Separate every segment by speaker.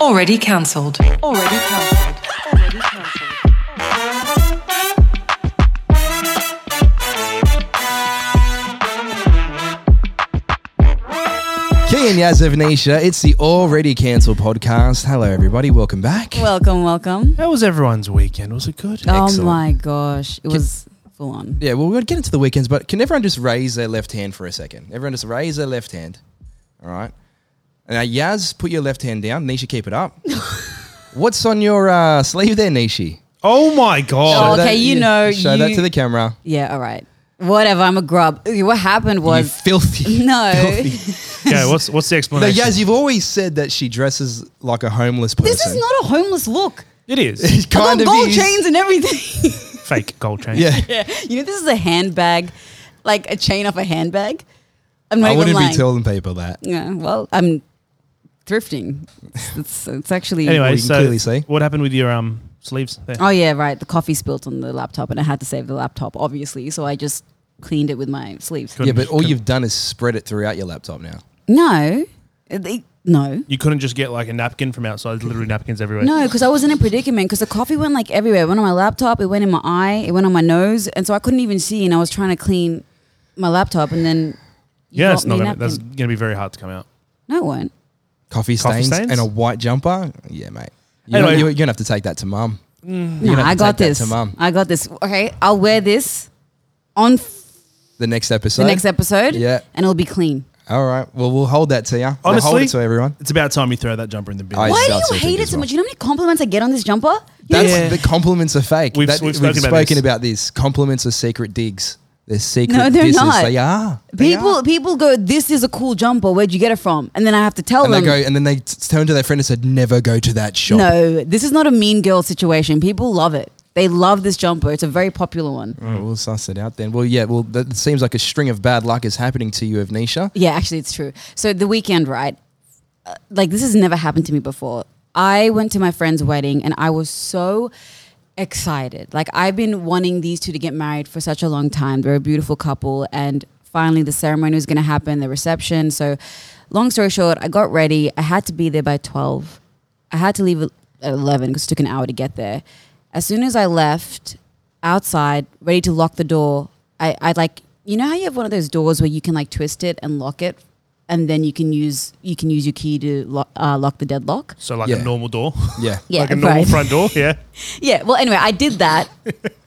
Speaker 1: Already cancelled. Already cancelled. Already cancelled.
Speaker 2: Key and Yaz of Nisha, it's the already cancelled podcast. Hello, everybody. Welcome back.
Speaker 3: Welcome, welcome.
Speaker 4: How was everyone's weekend? Was it good?
Speaker 3: Oh
Speaker 2: Excellent.
Speaker 3: my gosh, it was full on.
Speaker 2: yeah, well, we're going to get into the weekends, but can everyone just raise their left hand for a second? Everyone just raise their left hand. All right. Now, Yaz, put your left hand down. Nisha, keep it up. What's on your uh, sleeve there, Nisha?
Speaker 4: Oh my
Speaker 3: Oh,
Speaker 4: god!
Speaker 3: okay, you know,
Speaker 2: Show that
Speaker 3: you-
Speaker 2: to the camera.
Speaker 3: Yeah, all right. Whatever, I'm a grub. Ooh, What happened
Speaker 2: You
Speaker 3: was
Speaker 2: filthy.
Speaker 3: No.
Speaker 2: filthy.
Speaker 4: yeah, what's what's the
Speaker 2: Now,
Speaker 4: explanation?
Speaker 2: Yaz, you've always said that she dresses like a homeless person.
Speaker 3: this is not a homeless look.
Speaker 4: It is
Speaker 3: I got
Speaker 2: kind of
Speaker 3: gold
Speaker 2: is.
Speaker 3: chains and everything.
Speaker 4: fake gold chain.
Speaker 2: Yeah.
Speaker 3: yeah. You know, this is a handbag, like a chain off a handbag. I'm not
Speaker 2: I
Speaker 3: even
Speaker 2: wouldn't
Speaker 3: lying.
Speaker 2: be telling people that.
Speaker 3: yeah, well, I'm thrifting. It's, it's, it's actually.
Speaker 4: Anyway,
Speaker 2: you can
Speaker 4: so
Speaker 2: clearly see.
Speaker 4: what happened with your um sleeves? There?
Speaker 3: Oh yeah, right. The coffee spilled on the laptop, and I had to save the laptop, obviously. So I just cleaned it with my sleeves.
Speaker 4: Good.
Speaker 2: Yeah, but all
Speaker 4: Couldn't-
Speaker 2: you've done is spread it throughout your laptop now.
Speaker 3: No, It- it- no,
Speaker 4: You couldn't just get like a napkin from outside. There's literally napkins everywhere.
Speaker 3: no, because I was in a predicament because the coffee went like everywhere. It went on my laptop, it went in my eye, it went on my nose, and so I couldn't even see. And I was trying to clean my laptop, and then you
Speaker 4: yeah,
Speaker 3: got
Speaker 4: that's
Speaker 3: me
Speaker 4: not
Speaker 3: a
Speaker 4: gonna, that's
Speaker 3: napkin.
Speaker 4: gonna be very hard to come out.
Speaker 3: no it won't.
Speaker 2: Coffee stains,
Speaker 4: Coffee stains?
Speaker 2: and a white jumper. Yeah, mate. You're,
Speaker 4: Anyway.
Speaker 2: you're, you're gonna have to take that to mum.
Speaker 3: No,
Speaker 2: gonna have
Speaker 3: I
Speaker 2: to
Speaker 3: got
Speaker 2: take that
Speaker 3: this.
Speaker 2: to mum.
Speaker 3: I got this. Okay, I'll wear this on f-
Speaker 2: The next episode.
Speaker 3: the next episode,
Speaker 2: Yeah.
Speaker 3: and it'll be clean.
Speaker 2: All right. Well, we'll hold that to you. We'll
Speaker 4: Honestly,
Speaker 2: hold it to everyone.
Speaker 4: It's about time you throw that jumper in the bin.
Speaker 2: I-
Speaker 3: Why do
Speaker 2: that's what
Speaker 3: you
Speaker 2: I
Speaker 3: hate
Speaker 2: think
Speaker 3: it
Speaker 2: as
Speaker 3: so
Speaker 2: well.
Speaker 3: much? You know how many compliments I get on this jumper? You know,
Speaker 2: That's
Speaker 4: Yeah.
Speaker 2: the compliments are fake.
Speaker 4: We've- we've spoken about
Speaker 2: spoken
Speaker 4: this.
Speaker 2: about this. Compliments are secret digs. They're secret.
Speaker 3: No, they're
Speaker 2: disses.
Speaker 3: not.
Speaker 2: They are. They
Speaker 3: People,
Speaker 2: are.
Speaker 3: people go. This is a cool jumper. Where'd you get it from? And then I have to tell
Speaker 2: And they
Speaker 3: them.
Speaker 2: go, and then they t- turn to their friend and said, "Never go to that shop."
Speaker 3: No, this is not a mean girl situation. People love it. They love this jumper. It's a very popular one.
Speaker 2: All right, we'll suss it out then. Well, yeah. Well, that seems like a string of bad luck is happening to you, Evnisha.
Speaker 3: Yeah, actually, it's true. So the weekend, right? Uh, like this has never happened to me before. I went to my friend's wedding and I was so excited. Like I've been wanting these two to get married for such a long time. They're a beautiful couple, and finally the ceremony was going to happen, the reception. So, long story short, I got ready. I had to be there by twelve. I had to leave at eleven because it took an hour to get there. As soon as I left outside, ready to lock the door, I, I like you know how you have one of those doors where you can like twist it and lock it, and then you can use you can use your key to lock, uh, lock the deadlock.
Speaker 4: so like
Speaker 2: Yeah.
Speaker 4: a normal door,
Speaker 2: Yeah.
Speaker 3: Yeah,
Speaker 4: like a normal
Speaker 3: right.
Speaker 4: front door. Yeah.
Speaker 3: Yeah. Well, anyway, I did that,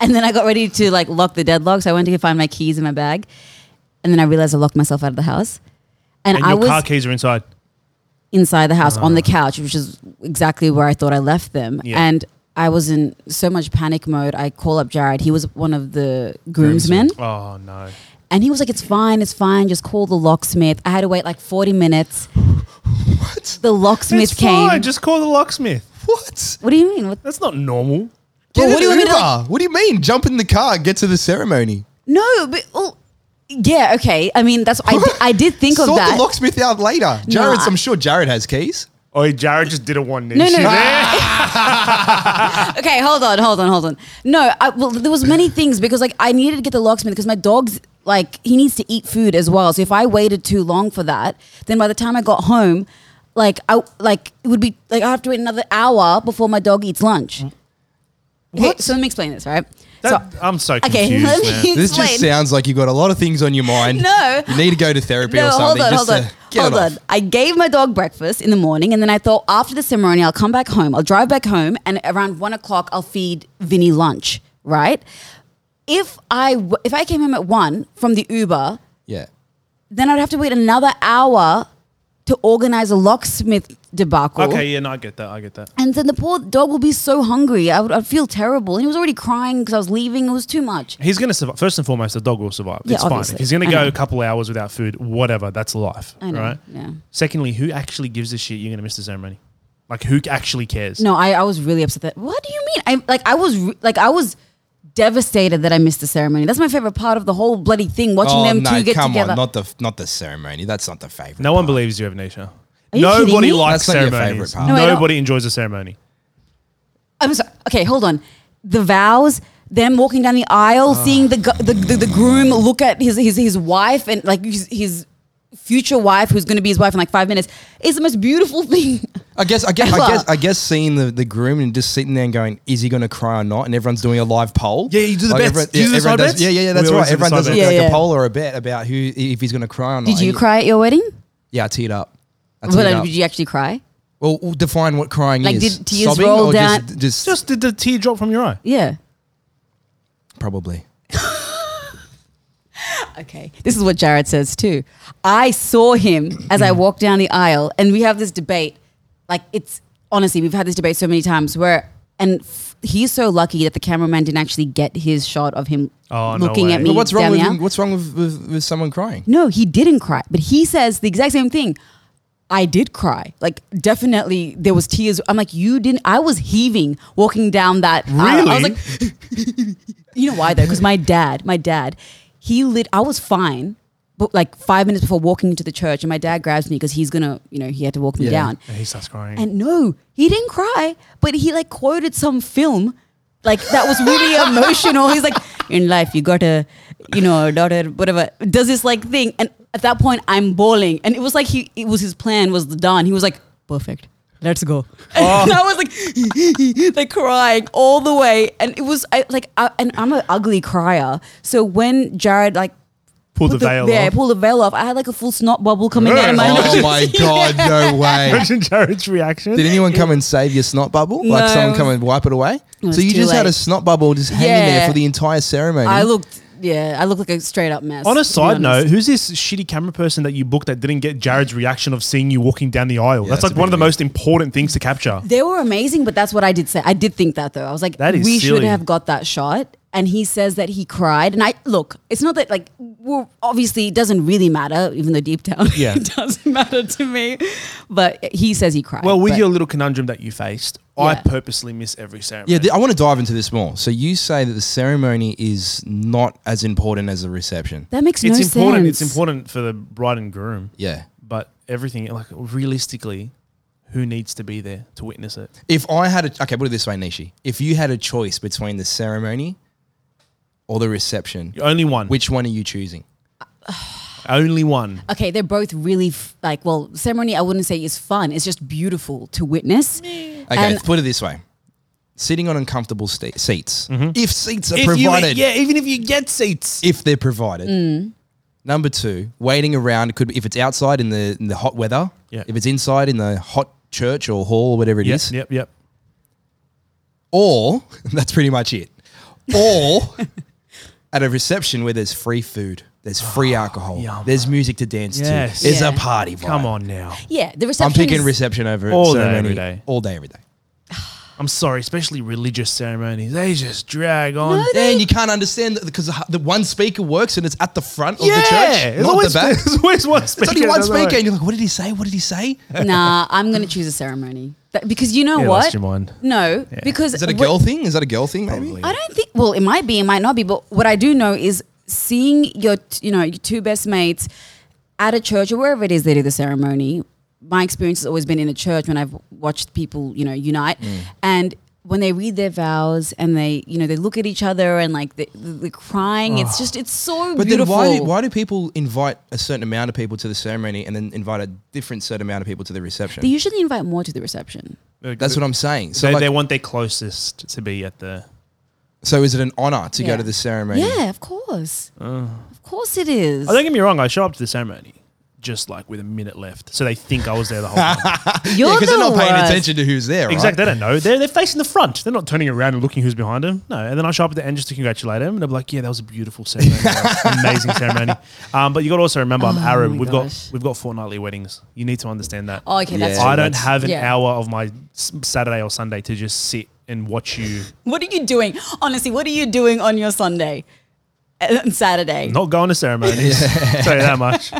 Speaker 3: and then I got ready to like lock the deadlock. So I went to find my keys in my bag, and then I realized I locked myself out of the house, and,
Speaker 4: And
Speaker 3: I
Speaker 4: your
Speaker 3: was
Speaker 4: car keys are inside.
Speaker 3: inside the house on the couch, which is exactly where I thought I left them,
Speaker 4: Yeah.
Speaker 3: and. I was in so much panic mode. I call up Jared. He was one of the groomsmen.
Speaker 4: Oh no.
Speaker 3: And he was like, it's fine, it's fine, just call the locksmith. I had to wait like 40 minutes.
Speaker 2: What?
Speaker 3: The locksmith
Speaker 4: it's
Speaker 3: came.
Speaker 4: fine. Just call the locksmith.
Speaker 2: What?
Speaker 3: what do you mean? What?
Speaker 4: That's not normal.
Speaker 2: Get
Speaker 3: Well,
Speaker 2: what
Speaker 3: what
Speaker 2: do
Speaker 3: do you want me to,
Speaker 2: what do you mean? Jump in the car, get to the ceremony.
Speaker 3: No, but, well, yeah, okay. I mean, that's, I, di- I did think of
Speaker 2: Sort
Speaker 3: that.
Speaker 2: the locksmith out later.
Speaker 3: No,
Speaker 2: Jared's,
Speaker 3: I-
Speaker 2: I'm sure Jared has keys.
Speaker 4: Oh, Jared just did a one knee.
Speaker 3: no, no. okay, hold on, hold on, hold on. No, I, well, there was many things because like I needed to get the locksmith because my dog's like he needs to eat food as well. So if I waited too long for that, then by the time I got home, like I like it would be like I have to wait another hour before my dog eats lunch. Okay,
Speaker 4: Mm. What?
Speaker 3: so let me explain this, right?
Speaker 4: That,
Speaker 3: so
Speaker 4: I'm so confused.
Speaker 3: okay, let
Speaker 4: man.
Speaker 3: me
Speaker 2: This just
Speaker 3: explain.
Speaker 2: sounds like you've got a lot of things on your mind.
Speaker 3: No.
Speaker 2: You need to go to therapy or
Speaker 3: no,
Speaker 2: something.
Speaker 3: hold on,
Speaker 2: just
Speaker 3: hold on,
Speaker 2: to get
Speaker 3: hold
Speaker 2: it
Speaker 3: on.
Speaker 2: off.
Speaker 3: I gave my dog breakfast in the morning, and then I thought after the ceremony, I'll come back home. I'll drive back home, and around one o'clock, I'll feed Vinny lunch. Right? If I w- if I came home at one from the Uber,
Speaker 2: Yeah.
Speaker 3: then I'd have to wait another hour to organize a locksmith debacle.
Speaker 4: Okay, yeah, no, I get that. I get that.
Speaker 3: And then the poor dog will be so hungry. I would I'd feel terrible. And he was already crying because I was leaving. It was too much.
Speaker 4: He's going to survive. First and foremost, the dog will survive.
Speaker 3: Yeah,
Speaker 4: it's fine.
Speaker 3: obviously.
Speaker 4: If he's going
Speaker 3: I
Speaker 4: to go
Speaker 3: know.
Speaker 4: a couple hours without food, whatever, that's life.
Speaker 3: I know.
Speaker 4: Right?
Speaker 3: Yeah.
Speaker 4: Secondly, who actually gives a shit you're going to miss the ceremony? Like, who actually cares?
Speaker 3: No, I, I was really upset. That what do you mean? I like I was re- like I was devastated that I missed the ceremony. That's my favorite part of the whole bloody thing. Watching
Speaker 2: Oh,
Speaker 3: them
Speaker 2: no,
Speaker 3: two get
Speaker 2: come
Speaker 3: together.
Speaker 2: on. Not the, not the ceremony. That's not the favorite.
Speaker 4: No one
Speaker 2: part.
Speaker 4: believes you, Avnisha.
Speaker 3: you kidding
Speaker 4: Nobody
Speaker 3: me?
Speaker 4: likes
Speaker 2: That's not your favourite
Speaker 4: ceremonies.
Speaker 2: part. No,
Speaker 3: I don't-
Speaker 4: Nobody enjoys a ceremony.
Speaker 3: I'm sorry. Okay, hold on. The vows. Them walking down the aisle,
Speaker 2: Ah.
Speaker 3: seeing the, gu- the, the the groom look at his his his wife and like his, his future wife, who's going to be his wife in like five minutes, is the most beautiful thing.
Speaker 2: I guess, I guess, I
Speaker 3: Ever.
Speaker 2: guess, I guess, seeing the, the groom and just sitting there and going, "Is he going to cry or not?" and everyone's doing a live poll.
Speaker 4: Yeah, you do the bets. You do the
Speaker 2: everyone
Speaker 4: side
Speaker 2: does-
Speaker 4: bets?
Speaker 2: Yeah, yeah, yeah. That's
Speaker 4: We always
Speaker 2: right.
Speaker 4: do the
Speaker 2: Everyone
Speaker 4: side
Speaker 2: does a,
Speaker 4: bets.
Speaker 2: like
Speaker 3: Yeah,
Speaker 2: a
Speaker 3: yeah.
Speaker 2: poll or a bet about who if he's going to cry or not.
Speaker 3: Did you
Speaker 2: And-
Speaker 3: cry at your wedding?
Speaker 2: Yeah, I teed up. I teed
Speaker 3: Well,
Speaker 2: Oh, up.
Speaker 3: did you actually cry?
Speaker 2: well, we'll define what crying
Speaker 3: Like,
Speaker 2: is.
Speaker 3: did tears
Speaker 2: Sobbing
Speaker 3: roll
Speaker 2: or just-
Speaker 3: down-
Speaker 2: Just,
Speaker 4: Just did the tear drop from your eye.
Speaker 3: Yeah.
Speaker 2: probably.
Speaker 3: Okay. This is what Jared says too. I saw him as I walked down the aisle, and we have this debate. Like, it's honestly, we've had this debate so many times where, and f- he's so lucky that the cameraman didn't actually get his shot of him
Speaker 4: Oh, no
Speaker 3: looking
Speaker 4: way.
Speaker 3: at me.
Speaker 4: But
Speaker 2: But what's wrong
Speaker 3: down
Speaker 2: with
Speaker 3: the aisle.
Speaker 2: him- what's wrong with, with, with someone crying?
Speaker 3: No, he didn't cry, but he says the exact same thing. I did cry. Like definitely there was tears. I'm like, you didn't I was heaving walking down that aisle. I was
Speaker 4: Really?
Speaker 3: like You know why though? Because my dad, my dad, he lit I was fine, but like five minutes before walking into the church and my dad grabs me because he's gonna, you know, he had to walk me
Speaker 2: Yeah.
Speaker 3: down.
Speaker 4: And he starts crying.
Speaker 3: And no, he didn't cry, but he like quoted some film like that was really emotional. He's like, in life, you got a, you know, a daughter, whatever, does this like thing. And at that point, I'm bawling. And it was like, he, it was his plan was the Don. He was like, perfect. Let's go. And I was like, like crying all the way. And it was I, like, I, and I'm an ugly crier. So when Jared like
Speaker 4: pull the
Speaker 3: put the-
Speaker 4: veil
Speaker 3: yeah,
Speaker 4: off.
Speaker 3: pull the veil off, I had like a full snot bubble coming out of my
Speaker 4: Oh
Speaker 3: nose.
Speaker 2: my god, no way.
Speaker 4: Imagine Jared's reaction.
Speaker 2: Did anyone come and save your snot bubble?
Speaker 3: No,
Speaker 2: like
Speaker 3: it
Speaker 2: someone
Speaker 3: was-
Speaker 2: come and wipe it away?
Speaker 3: was
Speaker 2: so you
Speaker 3: too
Speaker 2: just had
Speaker 3: late.
Speaker 2: a snot bubble just hanging
Speaker 3: Yeah.
Speaker 2: there for the entire ceremony.
Speaker 3: I looked, yeah, I looked like a straight up mess.
Speaker 4: Hmm? On a
Speaker 3: to be
Speaker 4: side note,
Speaker 3: honest.
Speaker 4: who's this shitty camera person that you booked that didn't get Jared's reaction of seeing you walking down the aisle? that's,
Speaker 2: that's
Speaker 4: like
Speaker 2: a
Speaker 4: one of
Speaker 2: bit
Speaker 4: the
Speaker 2: weird.
Speaker 4: most important things to capture.
Speaker 3: they were amazing, but that's what I did say. I did think that though. I was like,
Speaker 4: That is
Speaker 3: we should
Speaker 4: silly.
Speaker 3: have got that shot. And he says that he cried. And I look, it's not that like we're obviously it doesn't really matter, even though deep down
Speaker 2: Yeah.
Speaker 3: it doesn't matter to me. But he says he cried.
Speaker 4: Well, with
Speaker 3: but-
Speaker 4: your little conundrum that you faced, I
Speaker 3: Yeah.
Speaker 4: purposely miss every ceremony.
Speaker 2: yeah, th- I want to dive into this more. So you say that the ceremony is not as important as the reception.
Speaker 3: that makes
Speaker 4: it's
Speaker 3: no
Speaker 4: important.
Speaker 3: sense.
Speaker 4: It's important for the bride and groom,
Speaker 2: Yeah.
Speaker 4: but everything like realistically, who needs to be there to witness it?
Speaker 2: If I had a okay, put it this way, Nishi. If you had a choice between the ceremony or the reception,
Speaker 4: Only one.
Speaker 2: which one are you choosing?
Speaker 4: only one?
Speaker 3: Okay, they're both really f- like well, ceremony. I wouldn't say is fun. It's just beautiful to witness. Okay,
Speaker 2: Okay, put it this way. Sitting on uncomfortable sta seats. If seats are
Speaker 4: Mm-hmm. If you-
Speaker 2: provided.
Speaker 4: yeah, even if you get seats,
Speaker 2: if they're provided. Number two, waiting around could be if it's outside in the in the hot weather.
Speaker 4: Yeah.
Speaker 2: If it's inside in the hot church or hall or whatever it
Speaker 4: yep,
Speaker 2: is.
Speaker 4: yep, yep.
Speaker 2: Or that's pretty much it. Or at a reception where there's free food, there's free alcohol,
Speaker 4: Oh, yum.
Speaker 2: there's music to dance
Speaker 4: Yes.
Speaker 2: to, there's
Speaker 3: Yeah.
Speaker 2: a party. Vibe.
Speaker 4: Come on now.
Speaker 3: yeah, the reception.
Speaker 2: I'm picking
Speaker 3: is-
Speaker 2: reception over
Speaker 4: All day,
Speaker 2: ceremony
Speaker 4: every day.
Speaker 2: all day, every day.
Speaker 4: I'm sorry, especially religious ceremonies. They just drag on.
Speaker 3: No,
Speaker 2: And you can't understand because the, the one speaker works and it's at the front of
Speaker 4: yeah,
Speaker 2: the church,
Speaker 4: there's
Speaker 2: not
Speaker 4: always,
Speaker 2: the back.
Speaker 4: there's always one speaker.
Speaker 2: It's only one
Speaker 4: that's all right.
Speaker 2: speaker, and you're like, "What did he say? What did he say?"
Speaker 3: nah, I'm gonna choose a ceremony That- because you know
Speaker 4: You
Speaker 3: what?
Speaker 4: lost your mind.
Speaker 3: No, because
Speaker 2: Is that a
Speaker 3: what-
Speaker 2: girl thing? Is that a girl thing? Maybe.
Speaker 3: I don't think. Well, it might be, it might not be. But what I do know is seeing your, t- you know, your two best mates at a church or wherever it is they do the ceremony. My experience has always been in a church when I've watched people, you know, unite
Speaker 4: Mm.
Speaker 3: and. When they read their vows and they, you know, they look at each other and like the, the, the crying,
Speaker 4: Ah.
Speaker 3: it's just, it's so
Speaker 2: But
Speaker 3: beautiful.
Speaker 2: then why do, why do people invite a certain amount of people to the ceremony and then invite a different certain amount of people to the reception?
Speaker 3: They usually invite more to the reception.
Speaker 2: That's what I'm saying. So,
Speaker 4: they,
Speaker 2: like,
Speaker 4: they want their closest to be at the.
Speaker 2: so is it an honor to
Speaker 3: Yeah.
Speaker 2: go to the ceremony?
Speaker 3: Yeah, of course. Of course it is.
Speaker 4: Oh, don't get me wrong. Ah. I show up to the ceremony just like with a minute left, so they think I was there the whole time.
Speaker 3: You're
Speaker 2: because they're not
Speaker 3: the
Speaker 2: paying
Speaker 3: worst.
Speaker 2: attention to who's there. right?
Speaker 4: exactly. They don't know. They're, they're facing the front. They're not turning around and looking who's behind them. No. And then I show up at the end just to congratulate them, and I'm like, "Yeah, that was a beautiful ceremony, amazing ceremony." Um, but you got to also remember, I'm
Speaker 3: Oh
Speaker 4: Arab.
Speaker 3: my
Speaker 4: We've
Speaker 3: gosh.
Speaker 4: got we've got fortnightly weddings. You need to understand that.
Speaker 3: Oh, okay, that's
Speaker 2: Yeah.
Speaker 3: true.
Speaker 4: I don't
Speaker 2: that's-
Speaker 4: have an
Speaker 3: yeah.
Speaker 4: hour of my s- Saturday or Sunday to just sit and watch you.
Speaker 3: What are you doing? Honestly, what are you doing on your Sunday and Saturday?
Speaker 4: Not going to ceremonies. Tell you that much.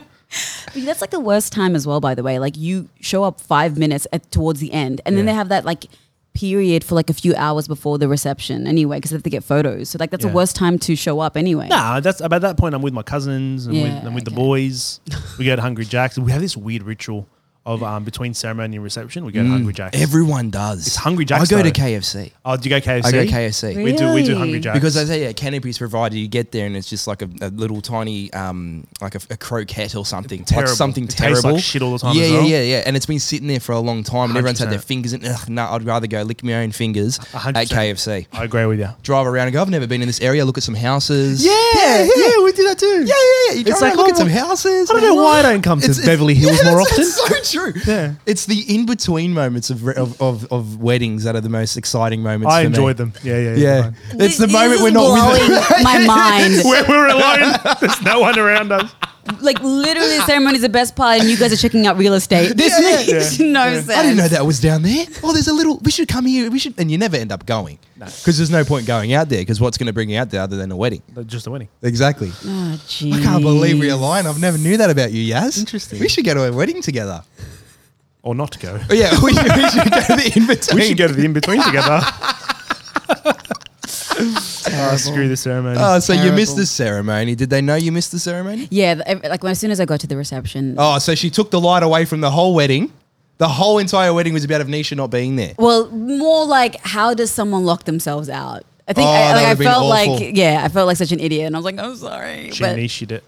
Speaker 3: That's like the worst time as well, by the way. Like you show up five minutes at, towards the end, and then
Speaker 4: Yeah.
Speaker 3: they have that like period for like a few hours before the reception anyway, because they have to get photos. So like that's
Speaker 4: Yeah.
Speaker 3: the worst time to show up anyway.
Speaker 4: Nah, that's about that point. I'm with my cousins and with,
Speaker 3: Yeah,
Speaker 4: I'm with the
Speaker 3: okay.
Speaker 4: boys. We go to Hungry Jack's. We have this weird ritual of um, between ceremony and reception. We go
Speaker 2: Mm.
Speaker 4: to Hungry Jack's.
Speaker 2: Everyone does. It's
Speaker 4: Hungry Jack's,
Speaker 2: I go to
Speaker 4: though.
Speaker 2: KFC.
Speaker 4: oh, do you go KFC?
Speaker 2: I go KFC.
Speaker 4: We do. We do Hungry
Speaker 3: Really?
Speaker 4: Jack's
Speaker 2: Because I say yeah, canopy's provided. You get there and it's just like a, a little tiny, um, like a, a croquette or something, like
Speaker 4: Terrible.
Speaker 2: something
Speaker 4: It tastes like
Speaker 2: terrible.
Speaker 4: shit all the time
Speaker 2: Yeah,
Speaker 4: as
Speaker 2: yeah,
Speaker 4: well.
Speaker 2: yeah, yeah. And it's been sitting there for a long time, and everyone's had their
Speaker 4: 100%.
Speaker 2: fingers in. Ugh, no, I'd rather go lick my own fingers at
Speaker 4: 100%.
Speaker 2: KFC.
Speaker 4: I agree with you.
Speaker 2: Drive around and go. I've never been in this area. Look at some houses.
Speaker 4: we do that too.
Speaker 2: Yeah, yeah, yeah. You
Speaker 4: It's
Speaker 2: drive around,
Speaker 4: like,
Speaker 2: look
Speaker 4: oh,
Speaker 2: at some houses.
Speaker 4: I don't know why I don't come to Beverly Hills
Speaker 2: yeah,
Speaker 4: more
Speaker 2: that's-
Speaker 4: often.
Speaker 2: That's so true.
Speaker 4: Yeah.
Speaker 2: It's the in between moments of, re- of, of, of weddings that are the most exciting moments.
Speaker 4: I
Speaker 2: for me.
Speaker 4: enjoyed them. Yeah, yeah, yeah.
Speaker 2: Yeah.
Speaker 4: fine.
Speaker 2: It's the
Speaker 3: This
Speaker 2: moment
Speaker 3: is
Speaker 2: we're not with
Speaker 3: blowing my mind.
Speaker 4: We're, we're alone. There's no one around us.
Speaker 3: Like literally, the ceremony is the best part, and you guys are checking out real estate. This
Speaker 2: Yeah, yeah.
Speaker 3: makes no sense.
Speaker 2: I didn't know that was down there. Oh, there's a little. We should come here. We should, and you never end up going because there's no point going out there because what's going to bring you out there other than a wedding?
Speaker 4: But Just a winning.
Speaker 2: Exactly.
Speaker 4: Mm.
Speaker 3: Oh,
Speaker 2: I can't believe we
Speaker 3: jeez.
Speaker 2: align. I've never knew that about you, Yaz.
Speaker 4: Interesting.
Speaker 2: We should go to a wedding together.
Speaker 4: Or not to go.
Speaker 2: Oh, yeah, we should, we should go to the in between.
Speaker 4: We should go to the in between together. oh, screw the ceremony.
Speaker 2: Oh, so you missed
Speaker 3: Terrible.
Speaker 2: the ceremony. Did they know you missed the ceremony?
Speaker 3: Yeah, th- ev- like when, as soon as I got to the reception.
Speaker 2: Oh, so she took the light away from the whole wedding. The whole entire wedding was about Avnisha not being there.
Speaker 3: Well, more like how does someone lock themselves out? I think
Speaker 2: Oh,
Speaker 3: I,
Speaker 2: that
Speaker 3: like, I
Speaker 2: would've been
Speaker 3: felt
Speaker 2: awful.
Speaker 3: like yeah, I felt like such an idiot, and I was like, I'm sorry.
Speaker 4: she
Speaker 3: but-
Speaker 4: niching it.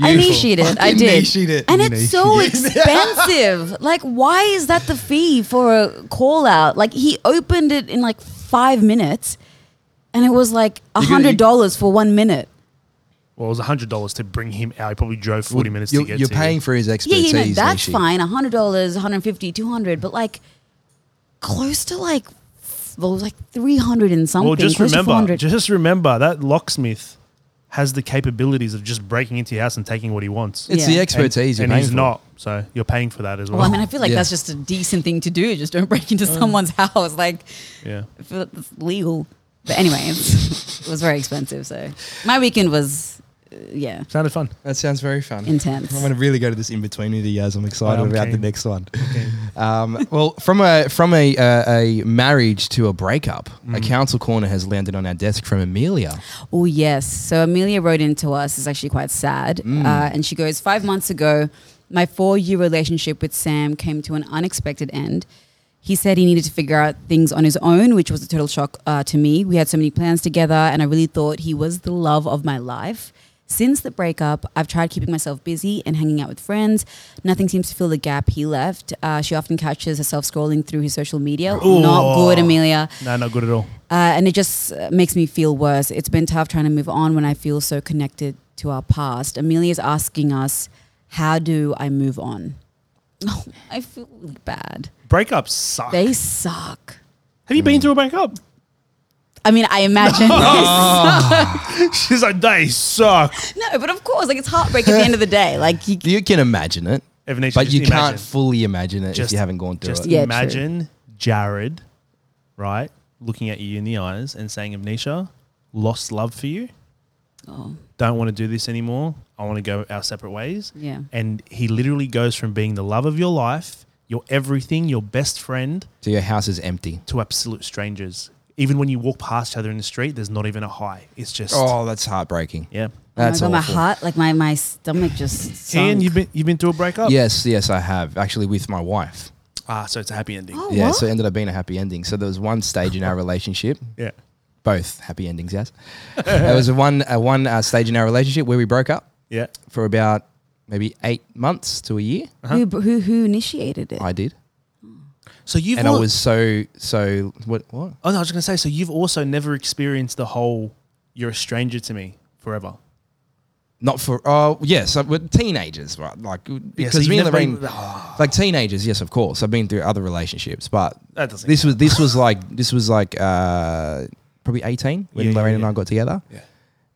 Speaker 3: I
Speaker 2: Beautiful.
Speaker 3: initiated it. I
Speaker 2: Fucking
Speaker 3: did.
Speaker 2: niching it.
Speaker 3: And
Speaker 4: Niching
Speaker 3: it's so
Speaker 4: it.
Speaker 3: expensive. like, why is that the fee for a call out? Like, he opened it in like five minutes, and it was like a
Speaker 2: You gotta-
Speaker 3: hundred dollars for one minute.
Speaker 4: Well, it was hundred dollars to bring him out. He probably drove forty minutes
Speaker 2: You're,
Speaker 4: to get.
Speaker 2: you're
Speaker 4: to
Speaker 2: paying
Speaker 4: you.
Speaker 2: for his
Speaker 3: Yeah,
Speaker 2: expertise.
Speaker 3: you know that's
Speaker 2: Nishi.
Speaker 3: fine. A hundred dollars, 150, 200, but like close to like well, it was like three hundred and something.
Speaker 4: Well, just
Speaker 3: close to
Speaker 4: remember,
Speaker 3: 400.
Speaker 4: just remember that locksmith has the capabilities of just breaking into your house and taking what he wants.
Speaker 2: It's
Speaker 3: Yeah.
Speaker 2: the
Speaker 3: And-
Speaker 2: expertise
Speaker 4: and
Speaker 2: you're paying
Speaker 4: he's
Speaker 2: for.
Speaker 4: not. So you're paying for that as well.
Speaker 3: well, I mean, I feel like
Speaker 2: Yeah.
Speaker 3: that's just a decent thing to do. Just don't break into someone's house. Like,
Speaker 4: yeah.
Speaker 3: I feel like that's legal. But anyway, it's, it was very expensive. So my weekend was, uh, yeah,
Speaker 4: Sounded fun.
Speaker 2: That sounds very fun.
Speaker 3: intense.
Speaker 2: I'm going to really go to this in between with you guys. I'm excited
Speaker 4: I'm
Speaker 2: about the
Speaker 4: keen.
Speaker 2: next one. Um, well, from a from a uh, a marriage to a breakup, a council corner has landed on our desk from Amelia.
Speaker 3: Oh, yes. So Amelia wrote into us. It's actually quite sad. Uh, and she goes, Five months ago, my four year relationship with Sam came to an unexpected end. He said he needed to figure out things on his own, which was a total shock uh, to me. We had so many plans together, and I really thought he was the love of my life. Since the breakup, I've tried keeping myself busy and hanging out with friends. Nothing seems to fill the gap he left. Uh, she often catches herself scrolling through his social media. Not good, Amelia
Speaker 4: No, not good at all.
Speaker 3: uh, and it just uh, makes me feel worse. It's been tough trying to move on when I feel so connected to our past. Amelia's asking us, "How do I move on?" Oh, I feel bad.
Speaker 4: Breakups suck.
Speaker 3: They suck.
Speaker 4: Have you been through a breakup?
Speaker 3: I mean, I imagine.
Speaker 4: She's like, they suck.
Speaker 3: no, but of course, like it's heartbreak at the end of the day. Like you,
Speaker 2: You can imagine it,
Speaker 4: Evan,
Speaker 2: but
Speaker 4: just
Speaker 2: you
Speaker 4: imagine.
Speaker 2: can't fully imagine it if
Speaker 4: Just-
Speaker 2: you haven't gone through
Speaker 4: Just
Speaker 2: it.
Speaker 3: Yeah, true.
Speaker 4: imagine Jared, right, looking at you in the eyes and saying, Amnesia, lost love for you.
Speaker 3: oh,
Speaker 4: Don't want to do this anymore. I want to go our separate ways.
Speaker 3: Yeah.
Speaker 4: And he literally goes from being the love of your life, your everything, your best friend,
Speaker 2: So your house is empty.
Speaker 4: to absolute strangers. Even when you walk past each other in the street, there's not even a hi. It's just,
Speaker 2: Oh, that's heartbreaking.
Speaker 4: yeah.
Speaker 2: That's
Speaker 3: oh my, God, my
Speaker 2: awful.
Speaker 3: heart, like my my stomach just. Sunk.
Speaker 4: Ian, you've been you've been through a breakup.
Speaker 2: Yes, yes, I have actually with my wife.
Speaker 4: Ah, so it's a happy ending.
Speaker 3: Oh,
Speaker 2: Yeah,
Speaker 3: what?
Speaker 2: so it ended up being a happy ending. So there was one stage in our relationship
Speaker 4: Yeah.
Speaker 2: both happy endings. Yes, there was a one a one uh, stage in our relationship where we broke up
Speaker 4: Yeah.
Speaker 2: for about maybe eight months to a year.
Speaker 3: who, who who initiated it?
Speaker 2: I did,
Speaker 4: So you've
Speaker 2: and I
Speaker 4: al-
Speaker 2: was so so what what.
Speaker 4: Oh no, I was gonna say. So you've also never experienced the whole "you're a stranger to me forever."
Speaker 2: Not for oh yes, uh, we're teenagers, right? Like because
Speaker 4: you've
Speaker 2: me and
Speaker 4: never
Speaker 2: Lorraine,
Speaker 4: been- Ah.
Speaker 2: like teenagers. Yes, of course. I've been through other relationships, but
Speaker 4: That doesn't
Speaker 2: this was this was like this was like uh, probably eighteen when
Speaker 4: Yeah, yeah,
Speaker 2: Lorraine and
Speaker 4: yeah.
Speaker 2: I got together.
Speaker 4: Yeah.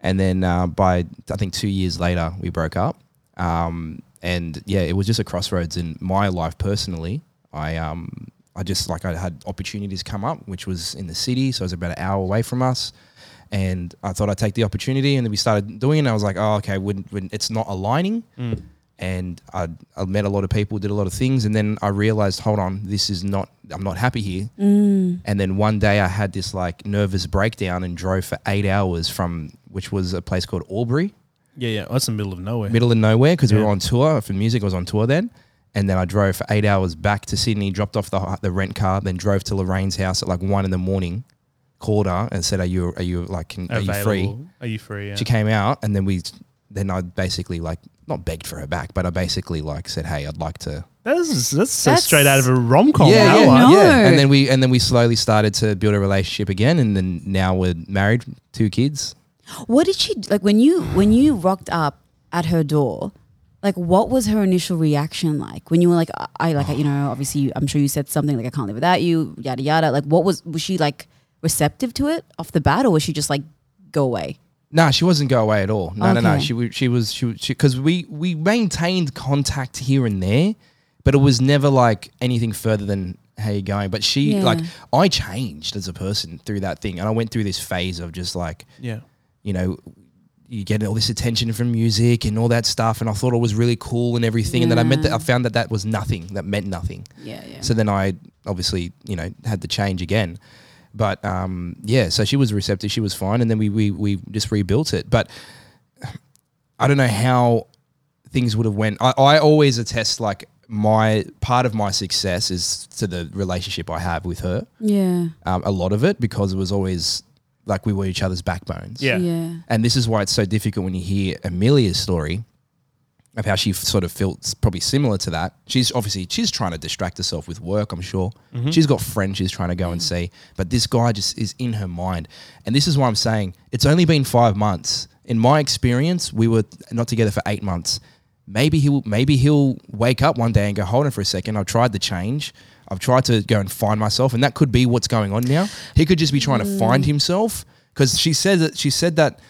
Speaker 2: And then uh, by I think two years later, we broke up. Um, and yeah, it was just a crossroads in my life personally. I um, I just like I had opportunities come up, which was in the city, so it was about an hour away from us. And I thought I'd take the opportunity, and then we started doing. it. And I was like, oh, okay, when, when it's not aligning. And I, I met a lot of people, did a lot of things, and then I realized, hold on, this is not. I'm not happy here. And then one day I had this like nervous breakdown and drove for eight hours from which was a place called Albury,
Speaker 4: Yeah, yeah. That's the middle of nowhere.
Speaker 2: middle of nowhere, because we
Speaker 4: Yeah.
Speaker 2: were on tour for music. I was on tour then, And then I drove for eight hours back to Sydney, dropped off the, the rent car, then drove to Lorraine's house at like one in the morning, called her and said, "Are you are you like can, are you free?"
Speaker 4: Available. Are you free? Yeah.
Speaker 2: She came out, and then we then I basically like not begged for her back, but I basically like said, "Hey, I'd like to."
Speaker 4: That's, that's,
Speaker 3: That's-
Speaker 4: straight out of a rom com.
Speaker 2: yeah,
Speaker 3: that
Speaker 2: yeah,
Speaker 3: one.
Speaker 2: yeah.
Speaker 3: No.
Speaker 2: And then we and then we slowly started to build a relationship again, and then now we're married, two kids.
Speaker 3: What did she like when you when you rocked up at her door? Like, what was her initial reaction like when you were like, I, I like, you know, obviously, you, I'm sure you said something like, I can't live without you, yada yada. Like, what was was she like receptive to it off the bat, or was she just like, go away?
Speaker 2: No, she wasn't go away at all. No, no, no.
Speaker 3: Okay.
Speaker 2: She wa- she was she because we we maintained contact here and there, but it was never like anything further than how you going. But she
Speaker 3: Yeah.
Speaker 2: like I changed as a person through that thing, and I went through this phase of just like
Speaker 4: Yeah.
Speaker 2: you know, you get all this attention from music and all that stuff. And I thought it was really cool and everything. And then I meant that I found that that was nothing. That meant nothing.
Speaker 3: Yeah, yeah.
Speaker 2: So then I obviously, you know, had to change again. But um, yeah, so she was receptive. She was fine. And then we, we, we just rebuilt it. But I don't know how things would have went. I, I always attest like my part of my success is to the relationship I have with her.
Speaker 3: Yeah,
Speaker 2: Um, a lot of it because it was always like we were each other's backbones.
Speaker 4: Yeah.
Speaker 2: And this is why it's so difficult when you hear Amelia's story of how she f- sort of felt s- probably similar to that. She's obviously she's trying to distract herself with work, I'm sure. She's got friends she's trying to go and see, but this guy just is in her mind. And this is why I'm saying it's only been 5 months. In my experience, we were not together for 8 months. Maybe he'll maybe he'll wake up one day and go, "Hold on for a second. I've tried to change. I've tried to go and find myself." And that could be what's going on now. He could just be trying to find himself cuz she said that she said that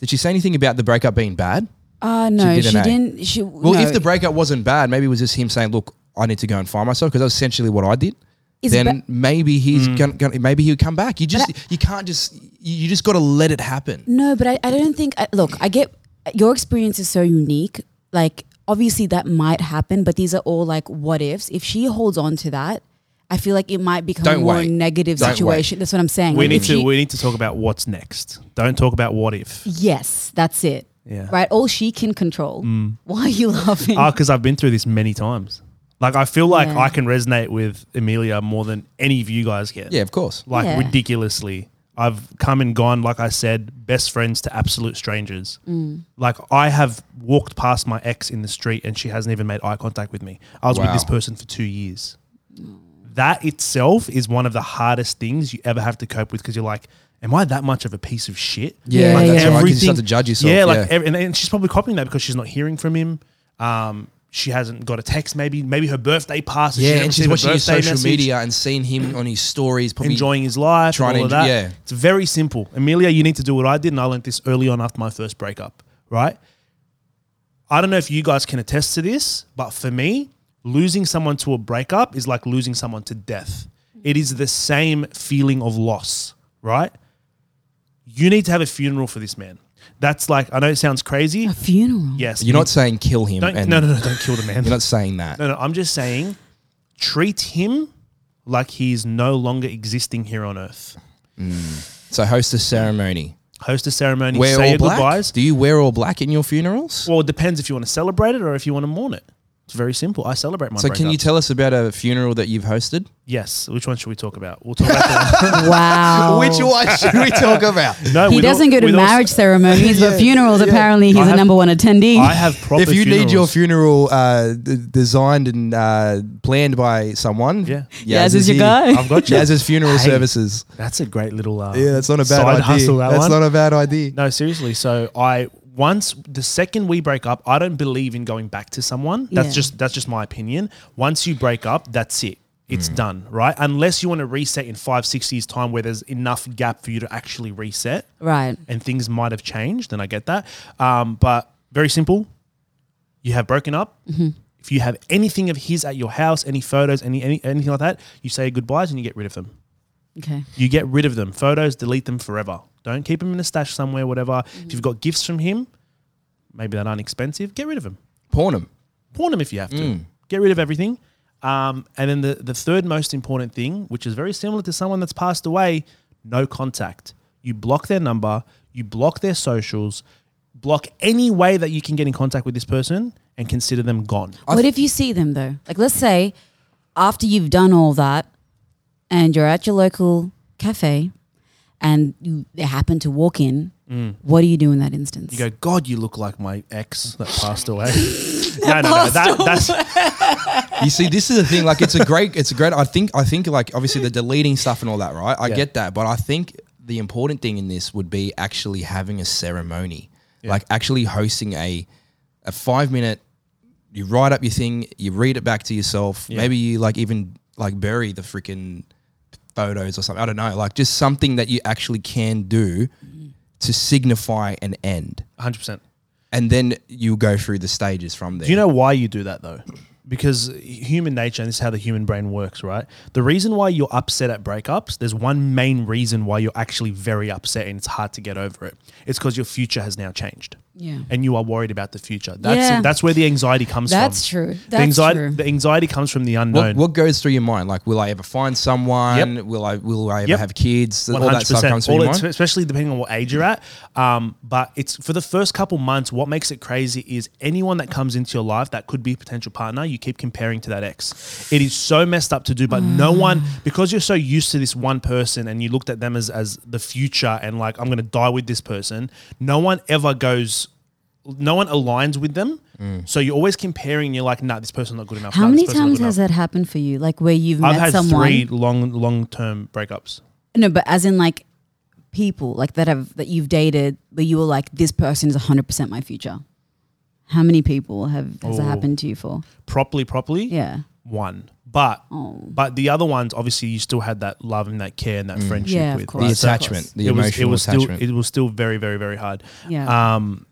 Speaker 2: did she say anything about the breakup being bad?
Speaker 3: Uh, no, she,
Speaker 2: didn't, eh?
Speaker 3: didn't. She
Speaker 2: Well,
Speaker 3: no.
Speaker 2: if the breakup wasn't bad, maybe it was just him saying, "Look, I need to go and find myself," because that's essentially what I did.
Speaker 3: Is
Speaker 2: then
Speaker 3: ba-
Speaker 2: maybe he's
Speaker 4: Mm.
Speaker 2: gonna, gonna maybe he'll come back. You just you can't just you, you just got to let it happen.
Speaker 3: No, but I, I don't think. I, look, I get your experience is so unique. Like, obviously, that might happen, but these are all like what ifs. If she holds on to that, I feel like it might become
Speaker 2: Don't
Speaker 3: a more
Speaker 2: wait.
Speaker 3: negative
Speaker 2: Don't
Speaker 3: situation. That's what I'm saying.
Speaker 4: We
Speaker 3: Like,
Speaker 4: need
Speaker 3: if
Speaker 4: to
Speaker 3: she-
Speaker 4: we need to talk about what's next. Don't talk about what if.
Speaker 3: yes, that's it.
Speaker 4: Yeah.
Speaker 3: Right. All she can control.
Speaker 4: Mm.
Speaker 3: Why are you laughing?
Speaker 4: Ah, because I've been through this many times. Like I feel like
Speaker 3: Yeah.
Speaker 4: I can resonate with Amelia more than any of you guys get.
Speaker 2: Yeah, of course.
Speaker 4: Like
Speaker 3: Yeah.
Speaker 4: ridiculously. I've come and gone, like I said, best friends to absolute strangers. Like I have walked past my ex in the street and she hasn't even made eye contact with me. I was with
Speaker 2: Wow.
Speaker 4: this person for two years. That itself is one of the hardest things you ever have to cope with because you're like, am I that much of a piece of shit?
Speaker 2: Yeah,
Speaker 3: Yeah,
Speaker 4: like
Speaker 3: yeah.
Speaker 2: that's right. You
Speaker 4: everything.
Speaker 2: start to judge yourself.
Speaker 4: Yeah,
Speaker 2: Yeah,
Speaker 4: like ev- and, and she's probably copying that because she's not hearing from him. Um, she hasn't got a text. Maybe maybe her birthday passes.
Speaker 2: yeah, and she's watching
Speaker 4: his
Speaker 2: his social media and seeing him on his stories. Probably
Speaker 4: enjoying his life,
Speaker 2: Trying
Speaker 4: trying
Speaker 2: to
Speaker 4: all of
Speaker 2: enjoy-
Speaker 4: that.
Speaker 2: yeah.
Speaker 4: It's very simple. Amelia, you need to do what I did, and I learned this early on after my first breakup, right? I don't know if you guys can attest to this, but for me, losing someone to a breakup is like losing someone to death. It is the same feeling of loss, right? You need to have a funeral for this man. That's like, I know it sounds crazy.
Speaker 3: a funeral.
Speaker 4: Yes.
Speaker 2: You're not saying kill him.
Speaker 4: Don't,
Speaker 2: and
Speaker 4: no, no, no, don't kill the man.
Speaker 2: You're not saying that.
Speaker 4: No, no, I'm just saying treat him like he's no longer existing here on earth.
Speaker 2: So host a ceremony.
Speaker 4: Host a ceremony,
Speaker 2: Wear
Speaker 4: say
Speaker 2: all
Speaker 4: your
Speaker 2: black.
Speaker 4: goodbyes.
Speaker 2: Do you wear all black in your funerals?
Speaker 4: Well, it depends if you want to celebrate it or if you want to mourn it. It's very simple. I celebrate my
Speaker 2: so can you
Speaker 4: breakup.
Speaker 2: tell us about a funeral that you've hosted?
Speaker 4: yes. Which one should we talk about? We'll talk about the one.
Speaker 3: Wow.
Speaker 2: one should we talk about?
Speaker 4: No,
Speaker 3: he
Speaker 4: with all-
Speaker 3: doesn't go to
Speaker 4: with all-
Speaker 3: marriage ceremonies, but funerals. Apparently, he's
Speaker 4: I
Speaker 3: a
Speaker 4: have-
Speaker 3: number one attendee.
Speaker 4: I have proper
Speaker 2: if you need your funeral
Speaker 4: funerals.
Speaker 2: uh, d- designed and uh, planned by someone,
Speaker 4: Yeah.
Speaker 3: Yaz is your
Speaker 2: here.
Speaker 3: guy. I've
Speaker 4: got you.
Speaker 2: Yaz's funeral
Speaker 4: Hey.
Speaker 2: services.
Speaker 4: That's a great little. Uh,
Speaker 2: Yeah, that's not a bad
Speaker 4: side
Speaker 2: idea.
Speaker 4: Hustle, that
Speaker 2: that's
Speaker 4: one.
Speaker 2: not a bad idea.
Speaker 4: No, seriously. So I once the second we break up, I don't believe in going back to someone. That's
Speaker 3: Yeah.
Speaker 4: just that's just my opinion. Once you break up, that's it.
Speaker 2: Hmm.
Speaker 4: It's done, right? Unless you want to reset in five, six years' time where there's enough gap for you to actually reset
Speaker 3: right.
Speaker 4: and things might have changed, and I get that. Um, but very simple. You have broken up. If you have anything of his at your house, any photos, any, any anything like that, you say goodbyes and you get rid of them.
Speaker 3: Okay.
Speaker 4: You get rid of them. Photos, delete them forever. Don't keep them in a stash somewhere, whatever. If you've got gifts from him, maybe that aren't expensive, get rid of them.
Speaker 2: Pornum.
Speaker 4: Pawn them if you have to. Get rid of everything. Um, and then the, the third most important thing, which is very similar to someone that's passed away, no contact. You block their number, you block their socials, block any way that you can get in contact with this person, and consider them gone.
Speaker 3: What if you see them though? Like, let's say after you've done all that and you're at your local cafe and you happen to walk in, what do you do in that instance?
Speaker 4: Mm. You go, God, you look like my ex that passed away. no, no, no. That, that's
Speaker 2: You see, this is the thing. Like, it's a great, it's a great. I think, I think, like, obviously, the deleting stuff and all that, right? I
Speaker 4: Yeah.
Speaker 2: get that, but I think the important thing in this would be actually having a ceremony, like actually hosting a a five minute. You write up your thing, you read it back to yourself. Maybe you like even like bury the freaking photos or something. I don't know. Like, just something that you actually can do to signify an end,
Speaker 4: 100%.
Speaker 2: and then you go through the stages from there.
Speaker 4: Do you know why you do that though? Because human nature, and this is how the human brain works, right? The reason why you're upset at breakups, there's one main reason why you're actually very upset and it's hard to get over it. It's because your future has now changed.
Speaker 3: Yeah.
Speaker 4: And you are worried about the future. That's
Speaker 3: Yeah.
Speaker 4: that's where the anxiety comes
Speaker 3: That's
Speaker 4: from.
Speaker 3: true.
Speaker 4: The
Speaker 3: That's
Speaker 4: anxiety
Speaker 3: true.
Speaker 4: the anxiety comes from the
Speaker 2: What,
Speaker 4: unknown.
Speaker 2: what goes through your mind? Like, will I ever find someone?
Speaker 4: Yep.
Speaker 2: Will I will I ever
Speaker 4: Yep.
Speaker 2: have kids? All that stuff
Speaker 4: 100%.
Speaker 2: comes through
Speaker 4: All
Speaker 2: your
Speaker 4: it's-
Speaker 2: mind.
Speaker 4: Especially depending on what age you're at. Um, but it's for the first couple months, what makes it crazy is anyone that comes into your life that could be a potential partner, you keep comparing to that ex. It is so messed up to do, but no one,
Speaker 3: Mm.
Speaker 4: because you're so used to this one person and you looked at them as, as the future and like, I'm going to die with this person, no one ever goes. No one aligns with them,
Speaker 2: Mm.
Speaker 4: so you're always comparing. You're like, "Nah, this person's not good enough."
Speaker 3: How
Speaker 4: nah,
Speaker 3: many
Speaker 4: this person's not
Speaker 3: times
Speaker 4: good
Speaker 3: has
Speaker 4: enough.
Speaker 3: that happened for you? Like where you've
Speaker 4: I've
Speaker 3: met
Speaker 4: had
Speaker 3: someone?
Speaker 4: three long, long-term breakups.
Speaker 3: No, but as in like people like that have that you've dated, but you were like, this person is hundred percent my future. How many people have has that
Speaker 4: Oh.
Speaker 3: happened to you for?
Speaker 4: Properly, properly,
Speaker 3: Yeah.
Speaker 4: one. But
Speaker 3: Oh.
Speaker 4: but the other ones, obviously, you still had that love and that care and that friendship
Speaker 3: Yeah, of
Speaker 4: with
Speaker 3: course.
Speaker 2: Mm. The
Speaker 3: Right, so-
Speaker 2: attachment, the
Speaker 4: it was, it
Speaker 2: emotional
Speaker 4: was still
Speaker 2: attachment.
Speaker 4: it was still very very very hard.
Speaker 3: Yeah.
Speaker 4: Um,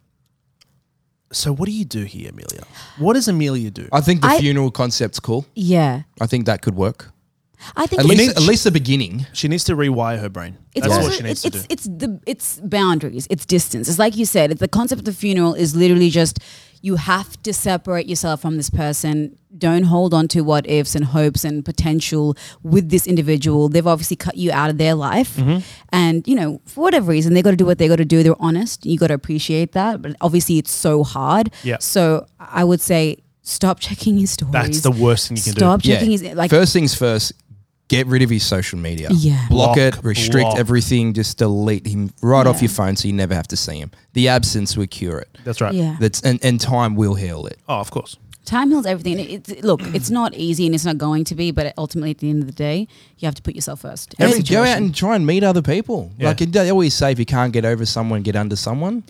Speaker 4: so what do you do here, Amelia? What does Amelia do?
Speaker 2: I think the
Speaker 3: I-
Speaker 2: funeral concept's cool.
Speaker 3: Yeah.
Speaker 2: I think that could work.
Speaker 3: I think
Speaker 2: At
Speaker 3: it's-
Speaker 2: least,
Speaker 4: need-
Speaker 2: at least the beginning.
Speaker 4: she needs to rewire her brain.
Speaker 3: It's
Speaker 4: That's
Speaker 3: also,
Speaker 4: what she needs
Speaker 3: it's,
Speaker 4: to do.
Speaker 3: it's, it's the it's boundaries, it's distance. It's like you said, it's the concept of funeral is literally just you have to separate yourself from this person. Don't hold on to what ifs and hopes and potential with this individual. They've obviously cut you out of their life.
Speaker 4: Mm-hmm.
Speaker 3: And, you know, for whatever reason, they got to do what they got to do. They're honest. You got to appreciate that. But obviously, it's so hard.
Speaker 4: Yeah.
Speaker 3: So I would say stop checking his stories.
Speaker 4: That's the worst thing you can
Speaker 3: Stop
Speaker 2: Yeah.
Speaker 3: checking his. Like,
Speaker 2: first things first, get rid of his social media.
Speaker 3: Yeah.
Speaker 2: Block,
Speaker 4: Block,
Speaker 2: it, restrict
Speaker 4: block.
Speaker 2: everything, just delete him right
Speaker 3: Yeah.
Speaker 2: off your phone so you never have to see him. The absence will cure it.
Speaker 4: do. That's right.
Speaker 3: yeah.
Speaker 2: That's and, and time will heal it.
Speaker 4: Oh, of course.
Speaker 3: Time heals everything. It, it, look, it's not easy and it's not going to be, but ultimately, at the end of the day, you have to put yourself first. in
Speaker 2: And
Speaker 3: any
Speaker 2: go out
Speaker 3: situation.
Speaker 2: and try and meet other people.
Speaker 4: Yeah.
Speaker 2: Like they always say, if you can't get over someone, get under someone.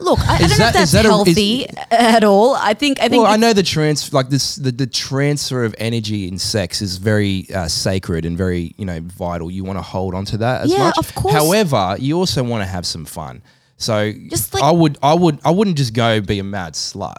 Speaker 3: look, I, I don't
Speaker 2: Is
Speaker 3: know
Speaker 2: that-
Speaker 3: if that's
Speaker 2: is that a-
Speaker 3: healthy at all. I think I think
Speaker 2: well, I
Speaker 3: it's-
Speaker 2: know the trans like this the, the transfer of energy in sex is very uh, sacred and very you know vital. You want to hold on to that as
Speaker 3: Yeah,
Speaker 2: much.
Speaker 3: of course.
Speaker 2: However, you also want to have some fun. So
Speaker 3: Just like-
Speaker 2: I would, I would, I wouldn't just go be a mad slut,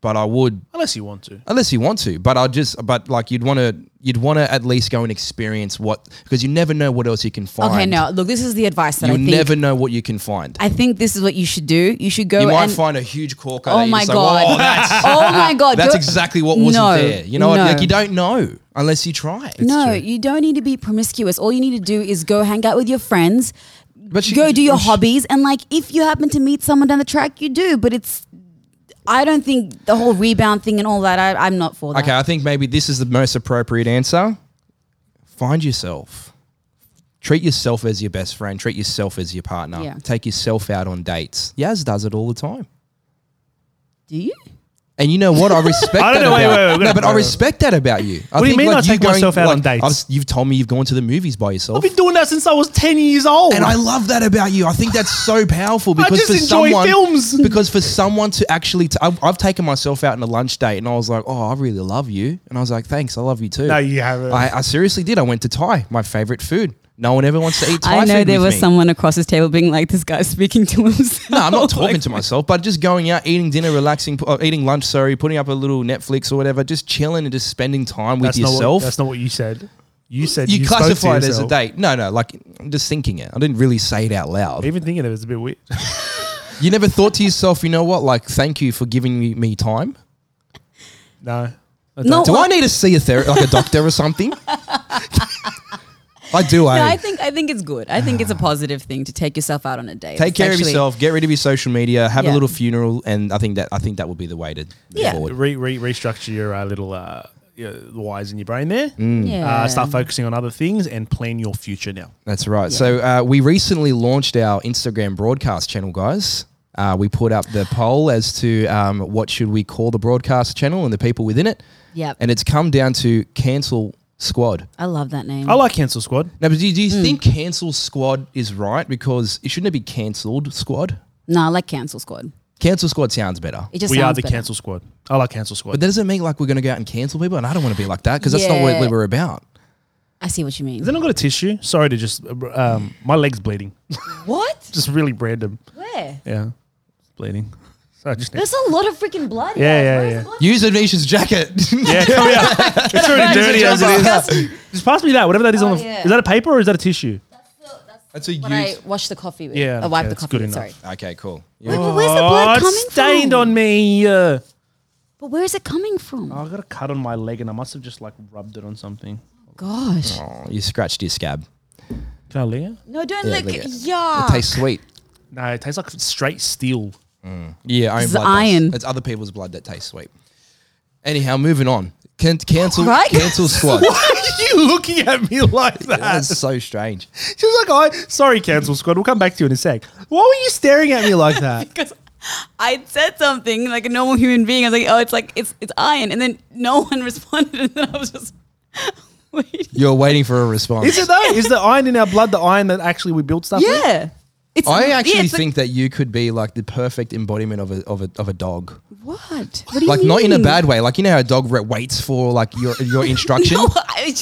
Speaker 2: but I would
Speaker 4: Unless you want to.
Speaker 2: unless you want to. But I just, but like you'd want to, you'd want to at least go and experience what because you never know what else you can find.
Speaker 3: okay. No, look, this is the advice that
Speaker 2: you'll
Speaker 3: I think.
Speaker 2: never know what you can find.
Speaker 3: I think this is what you should do. You should go
Speaker 2: you might
Speaker 3: and
Speaker 2: find a huge corker.
Speaker 3: oh
Speaker 2: that you
Speaker 3: my
Speaker 2: just say,
Speaker 3: god,
Speaker 2: "Whoa, that's
Speaker 3: oh my god,
Speaker 2: That's
Speaker 3: Go-
Speaker 2: exactly what wasn't
Speaker 3: No,
Speaker 2: there. You know, what?
Speaker 3: no.
Speaker 2: like you don't know unless you try.
Speaker 3: no, you don't need to be promiscuous. All you need to do is go hang out with your friends,
Speaker 2: But she-
Speaker 3: go do your
Speaker 2: she-
Speaker 3: hobbies, and like if you happen to meet someone down the track, you do. But it's, I don't think the whole rebound thing and all that. I, I'm not for that.
Speaker 2: Okay, I think maybe this is the most appropriate answer. Find yourself. Treat yourself as your best friend. Treat yourself as your partner.
Speaker 3: Yeah.
Speaker 2: Take yourself out on dates. Yaz does it all the time.
Speaker 3: Do you?
Speaker 2: And you know what? I respect
Speaker 4: I
Speaker 2: that
Speaker 4: don't know, wait,
Speaker 2: about
Speaker 4: wait, wait, we're
Speaker 2: No,
Speaker 4: gonna-
Speaker 2: but I respect that about you. I
Speaker 4: What do you mean I take
Speaker 2: going-
Speaker 4: myself out on dates?
Speaker 2: I've- you've told me you've gone to the movies by yourself.
Speaker 4: I've been doing that since I was ten years old.
Speaker 2: And I love that about you. I think that's so powerful
Speaker 4: I
Speaker 2: because
Speaker 4: just
Speaker 2: for
Speaker 4: enjoy
Speaker 2: someone,
Speaker 4: films.
Speaker 2: because for someone to actually, i have I've, I've taken myself out on a lunch date, and I was like, "Oh, I really love you," and I was like, "Thanks, I love you too."
Speaker 4: No, you haven't.
Speaker 2: I, I seriously did. I went to Thai, my favorite food. No one ever wants to eat Thai.
Speaker 3: I know
Speaker 2: food
Speaker 3: there
Speaker 2: with
Speaker 3: was
Speaker 2: me.
Speaker 3: someone across his table being like, "This guy's speaking to himself."
Speaker 2: No, I'm not talking to myself, but just going out, eating dinner, relaxing, pu- uh, eating lunch. Sorry, putting up a little Netflix or whatever, just chilling and just spending time with
Speaker 4: that's Not what,
Speaker 2: yourself.
Speaker 4: that's not what you said. You said
Speaker 2: you,
Speaker 4: you, spoke to
Speaker 2: classify it as a
Speaker 4: yourself.
Speaker 2: date. No, no, like I'm just thinking it. I didn't really say it out loud.
Speaker 4: Even thinking of it is a bit weird.
Speaker 2: You never thought to yourself, you know what? Like, thank you for giving me, me time.
Speaker 4: no.
Speaker 3: No, Oh,
Speaker 2: Do I need to see a therapist, like a doctor or something? I do.
Speaker 3: No,
Speaker 2: I
Speaker 3: I think I think it's good. I think it's a positive thing to take yourself out on a date.
Speaker 2: take
Speaker 3: It's
Speaker 2: care of
Speaker 3: actually-
Speaker 2: yourself. Get rid of your social media. Have a
Speaker 3: Yeah.
Speaker 2: little funeral, and I think that I think that will be the way to move
Speaker 3: Yeah.
Speaker 2: forward.
Speaker 4: Re, re, restructure your uh, little uh, your wires in your brain there.
Speaker 3: Yeah.
Speaker 4: Uh, start focusing on other things and plan your future now.
Speaker 2: That's right. So uh, we recently launched our Instagram broadcast channel, guys. Uh, we put up the poll as to um, what should we call the broadcast channel and the people within it.
Speaker 3: Yep.
Speaker 2: And it's come down to cancel squad.
Speaker 3: I love that name.
Speaker 4: I like Cancel Squad.
Speaker 2: Now, but do you, do you
Speaker 3: Hmm.
Speaker 2: think cancel squad is right? Because it shouldn't it be cancelled squad.
Speaker 3: no, I like Cancel Squad.
Speaker 2: Cancel squad sounds better.
Speaker 3: It just
Speaker 4: we
Speaker 3: sounds
Speaker 4: are the
Speaker 3: better.
Speaker 4: Cancel Squad. I like Cancel Squad.
Speaker 2: But that doesn't mean like we're going to go out and cancel people, and I don't want to be like that because that's not what
Speaker 3: Yeah.
Speaker 2: we're about.
Speaker 3: I see what you mean.
Speaker 4: Has anyone got a tissue? Sorry to just, uh, br- um, my leg's bleeding.
Speaker 3: what?
Speaker 4: just really random.
Speaker 3: Where?
Speaker 4: Yeah, it's bleeding. So I just need-
Speaker 3: There's a lot of freaking blood.
Speaker 4: Yeah,
Speaker 3: guys.
Speaker 4: yeah,
Speaker 3: Where is
Speaker 4: yeah.
Speaker 3: the blood?
Speaker 2: Use Anisha's jacket.
Speaker 4: yeah, come here. It's already dirty as it is.
Speaker 3: Disgusting.
Speaker 4: Just pass me that. Whatever that is on
Speaker 3: Oh,
Speaker 4: the.
Speaker 3: yeah.
Speaker 4: Is that a paper or is that a tissue?
Speaker 2: that's a
Speaker 3: What I wash the coffee with.
Speaker 4: Yeah,
Speaker 3: I wipe
Speaker 4: okay,
Speaker 3: the
Speaker 4: that's
Speaker 3: coffee
Speaker 4: good
Speaker 3: with.
Speaker 4: enough.
Speaker 3: Sorry.
Speaker 2: Okay, cool.
Speaker 3: Wait,
Speaker 2: Yeah.
Speaker 3: but where's the blood
Speaker 4: Oh, it's
Speaker 3: coming
Speaker 4: stained
Speaker 3: from?
Speaker 4: on me. Uh,
Speaker 3: But where is it coming from?
Speaker 2: Oh.
Speaker 4: I got a cut on my leg, and I must have just like rubbed it on something.
Speaker 3: Gosh.
Speaker 2: Oh, you scratched your scab.
Speaker 4: Can I lick it?
Speaker 3: No, don't
Speaker 2: Yeah,
Speaker 3: look.
Speaker 2: look at- it
Speaker 3: Yeah.
Speaker 2: Tastes sweet.
Speaker 4: No, it tastes like straight steel.
Speaker 2: Yeah, own
Speaker 3: It's
Speaker 2: blood
Speaker 3: iron.
Speaker 2: Does. It's other people's blood that tastes sweet. Anyhow, moving on. Can, cancel,
Speaker 3: Right?
Speaker 2: cancel squad.
Speaker 4: Why are you looking at me like that?
Speaker 2: That's so strange.
Speaker 4: She was like, "I sorry, cancel squad. We'll come back to you in a sec." Why were you staring at me like that?
Speaker 3: Because I said something like a normal human being. I was like, oh, it's like it's it's iron, and then no one responded, and then I was just waiting.
Speaker 2: You're waiting for a response.
Speaker 4: Is it though? Is the iron in our blood the iron that actually we build stuff? with?
Speaker 3: Yeah. It's,
Speaker 2: I
Speaker 3: yeah,
Speaker 2: actually
Speaker 3: it's like-
Speaker 2: think that you could be like the perfect embodiment of a of a, of a dog.
Speaker 3: what? What do you
Speaker 2: Like not in a
Speaker 3: mean?
Speaker 2: bad way. Like you know how a dog re- waits for like your your instruction.
Speaker 3: No, I,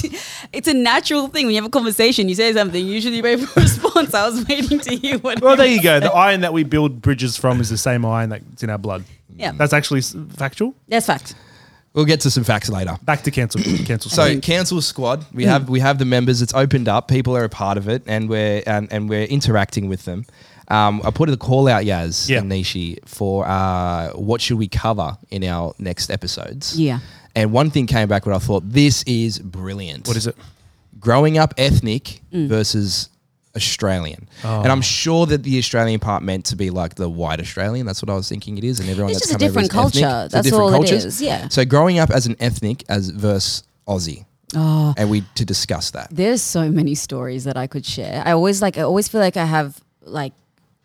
Speaker 3: it's a natural thing when you have a conversation. You say something, you usually wait for a response. I was waiting to hear what.
Speaker 4: Well, there you go. The iron that we build bridges from is the same iron that's in our blood.
Speaker 3: Yeah.
Speaker 4: That's actually s- factual.
Speaker 3: That's fact.
Speaker 2: We'll get to some facts later.
Speaker 4: Back to cancel. cancel.
Speaker 2: So
Speaker 4: squad.
Speaker 2: cancel squad. We
Speaker 3: Hmm.
Speaker 2: have we have the members. It's opened up. People are a part of it, and we're and, and we're interacting with them. Um, I put a call out, Yaz
Speaker 4: Yeah.
Speaker 2: and Nishi, for uh, what should we cover in our next episodes.
Speaker 3: Yeah.
Speaker 2: And one thing came back where I thought this is brilliant.
Speaker 4: what is it?
Speaker 2: growing up ethnic
Speaker 3: Mm.
Speaker 2: versus Australian.
Speaker 4: Oh.
Speaker 2: And I'm sure that the Australian part meant to be like the white Australian. That's what I was thinking it is. And everyone
Speaker 3: It's
Speaker 2: that's
Speaker 3: just a
Speaker 2: come over is
Speaker 3: different
Speaker 2: ethnic.
Speaker 3: culture.
Speaker 2: It's a
Speaker 3: That's
Speaker 2: different
Speaker 3: all it
Speaker 2: cultures.
Speaker 3: is, yeah.
Speaker 2: So growing up as an ethnic as versus Aussie.
Speaker 3: Oh.
Speaker 2: And we to discuss that.
Speaker 3: There's so many stories that I could share. I always like I always feel like I have like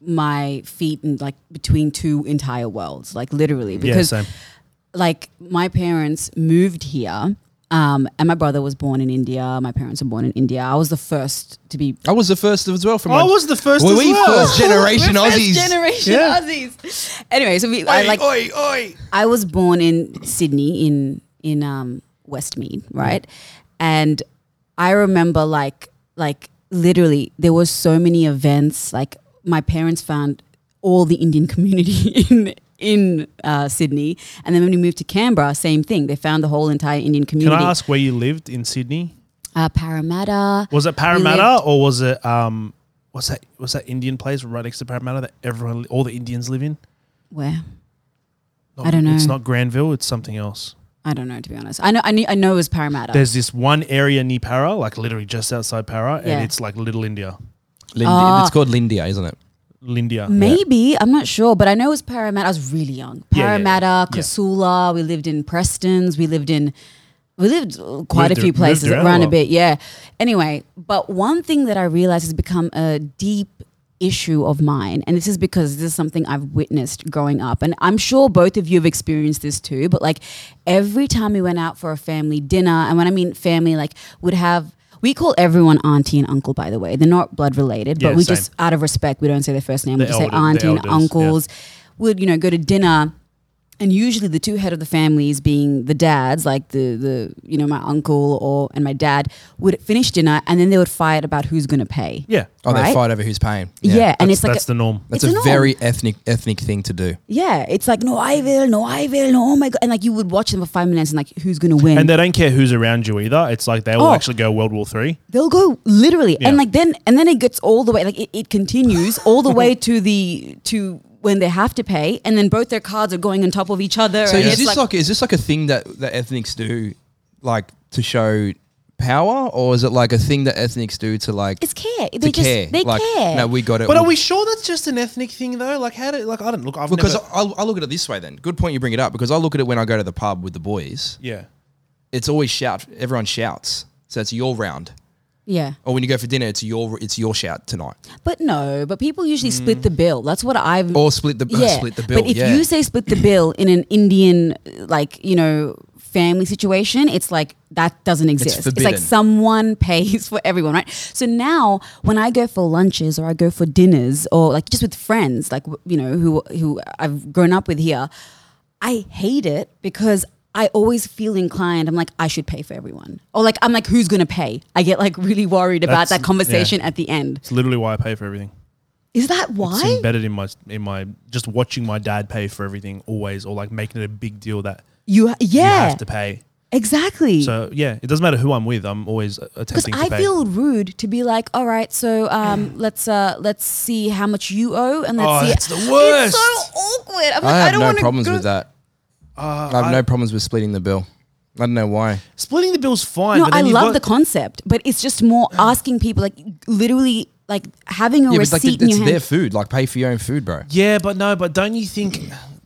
Speaker 3: my feet in like between two entire worlds, like literally
Speaker 4: Yeah,
Speaker 3: because
Speaker 4: same.
Speaker 3: like my parents moved here. Um, and my brother was born in India. My parents were born in India. I was the first to be
Speaker 2: I was the first as well. From
Speaker 4: I
Speaker 2: my-
Speaker 4: was the first
Speaker 2: Were
Speaker 4: as
Speaker 2: we
Speaker 4: well.
Speaker 2: first generation
Speaker 3: We're
Speaker 2: Aussies?
Speaker 3: First generation
Speaker 4: Yeah.
Speaker 3: Aussies. Anyway, so we, I like
Speaker 2: oi, oi.
Speaker 3: I was born in Sydney in in um, Westmead, right? And I remember like like literally there were so many events. Like my parents found all the Indian community in in uh, Sydney, and then when we moved to Canberra, same thing. They found the whole entire Indian
Speaker 4: Can
Speaker 3: community.
Speaker 4: I ask where you lived in Sydney?
Speaker 3: Uh, Parramatta.
Speaker 4: Was it
Speaker 3: lived-
Speaker 4: Parramatta or was it um? What's that? What's that Indian place right next to Parramatta that everyone, li- all the Indians live in?
Speaker 3: Where
Speaker 4: Not-
Speaker 3: I don't know.
Speaker 4: It's not Granville. It's something else.
Speaker 3: I don't know to be honest. I know I, knew, I know it was Parramatta.
Speaker 4: There's this one area near Para, like literally just outside Para,
Speaker 3: Yeah.
Speaker 4: and it's like Little India.
Speaker 3: Ah.
Speaker 2: It's called Lindia, isn't it?
Speaker 4: Lindia.
Speaker 3: Maybe I'm not sure, but I know it was Parramatta. I was really young.
Speaker 4: Yeah, yeah, yeah.
Speaker 3: Parramatta,
Speaker 4: Yeah.
Speaker 3: Casula. We lived in Preston's. We lived in we lived uh, quite
Speaker 4: Moved
Speaker 3: a
Speaker 4: ar-
Speaker 3: few
Speaker 4: moved
Speaker 3: places
Speaker 4: around
Speaker 3: around,
Speaker 4: a
Speaker 3: a
Speaker 4: lot.
Speaker 3: bit. Yeah. Anyway, but one thing that I realized has become a deep issue of mine, and this is because this is something I've witnessed growing up, and I'm sure both of you have experienced this too. But like every time we went out for a family dinner, and when I mean family, like would have. We call everyone auntie and uncle, by the way. They're not blood related,
Speaker 4: Yeah,
Speaker 3: but we
Speaker 4: same.
Speaker 3: just, out of respect, we don't say their first name.
Speaker 4: The
Speaker 3: We just say
Speaker 4: elder- the
Speaker 3: auntie and
Speaker 4: elders, yeah.
Speaker 3: uncles. Would you know go to dinner, and usually the two head of the families, being the dads, like the the you know my uncle or and my dad, would finish dinner and then they would fight about who's going to pay.
Speaker 4: Yeah.
Speaker 2: Oh, they
Speaker 3: Right?
Speaker 2: fight over who's paying.
Speaker 3: Yeah, and
Speaker 4: That's-
Speaker 3: it's like
Speaker 4: that's
Speaker 3: a-
Speaker 4: the norm.
Speaker 2: That's
Speaker 3: It's
Speaker 2: a
Speaker 3: an
Speaker 2: very ethnic ethnic thing to do.
Speaker 3: yeah, it's like no I will, no I will, no oh my god, and like you would watch them for five minutes and like who's going to win?
Speaker 4: And they don't care who's around you either. It's like they will
Speaker 3: Oh.
Speaker 4: actually go World War Three.
Speaker 3: they'll go literally
Speaker 4: Yeah.
Speaker 3: and like then and then it gets all the way like it, it continues all the way to the to when they have to pay and then both their cards are going on top of each other
Speaker 2: So
Speaker 3: and
Speaker 2: is
Speaker 3: it's
Speaker 2: this like,
Speaker 3: like,
Speaker 2: is this like a thing that that ethnics do, like to show power, or is it like a thing that ethnics do to like
Speaker 3: It's care. They
Speaker 2: to
Speaker 3: just
Speaker 2: care?
Speaker 3: they
Speaker 2: like,
Speaker 3: care.
Speaker 2: No, we got it.
Speaker 4: But are
Speaker 2: We'll-
Speaker 4: we sure that's just an ethnic thing though? Like how did like I don't look. I've
Speaker 2: Because
Speaker 4: never,
Speaker 2: I'll, I'll look at it this way then. Good point you bring it up because I look at it when I go to the pub with the boys.
Speaker 4: yeah,
Speaker 2: It's always shout. Everyone shouts, so it's your round.
Speaker 3: yeah.
Speaker 2: Or when you go for dinner, it's your it's your shout tonight.
Speaker 3: But no, but people usually split the bill. That's what I've
Speaker 2: Or split the uh, split the bill.
Speaker 3: But if
Speaker 2: yeah.
Speaker 3: you say split the bill in an Indian, like, you know, family situation, it's like that doesn't exist. like
Speaker 2: forbidden.
Speaker 3: someone pays for everyone, right? So now when I go for lunches or I go for dinners or like just with friends, like, w- you know, who, who I've grown up with here, I hate it because I always feel inclined. I'm like, I should pay for everyone. Or like, I'm like, who's going to pay? I get like really worried about
Speaker 4: That's-
Speaker 3: that
Speaker 4: yeah.
Speaker 3: conversation at the end.
Speaker 4: it's literally why I pay for everything.
Speaker 3: Is that why?
Speaker 4: It's embedded in my in my just watching my dad pay for everything always, or like making it a big deal that
Speaker 3: You, yeah,
Speaker 4: you have to pay.
Speaker 3: exactly.
Speaker 4: So yeah, it doesn't matter who I'm with. I'm always uh,
Speaker 3: because
Speaker 4: attempting to
Speaker 3: I
Speaker 4: pay.
Speaker 3: feel rude to be like, all right, so um, let's uh, let's see how much you owe, and let's
Speaker 4: Oh,
Speaker 3: see.
Speaker 4: that's the worst.
Speaker 3: It's so awkward. I'm like,
Speaker 2: I
Speaker 3: I,
Speaker 2: have
Speaker 3: don't
Speaker 2: no
Speaker 3: want to
Speaker 2: problems
Speaker 3: go. Uh,
Speaker 2: with that. I have no problems with splitting the bill. I don't know why.
Speaker 4: Splitting the bill's fine.
Speaker 3: No,
Speaker 4: but
Speaker 3: I
Speaker 4: then you've
Speaker 3: love the
Speaker 4: got-
Speaker 3: concept, but it's just more asking people, like literally, like having a
Speaker 2: Yeah, but it's like
Speaker 3: receipt
Speaker 2: it's
Speaker 3: in your hand.
Speaker 2: their food. Like pay for your own food, bro.
Speaker 4: Yeah, but no, but don't you think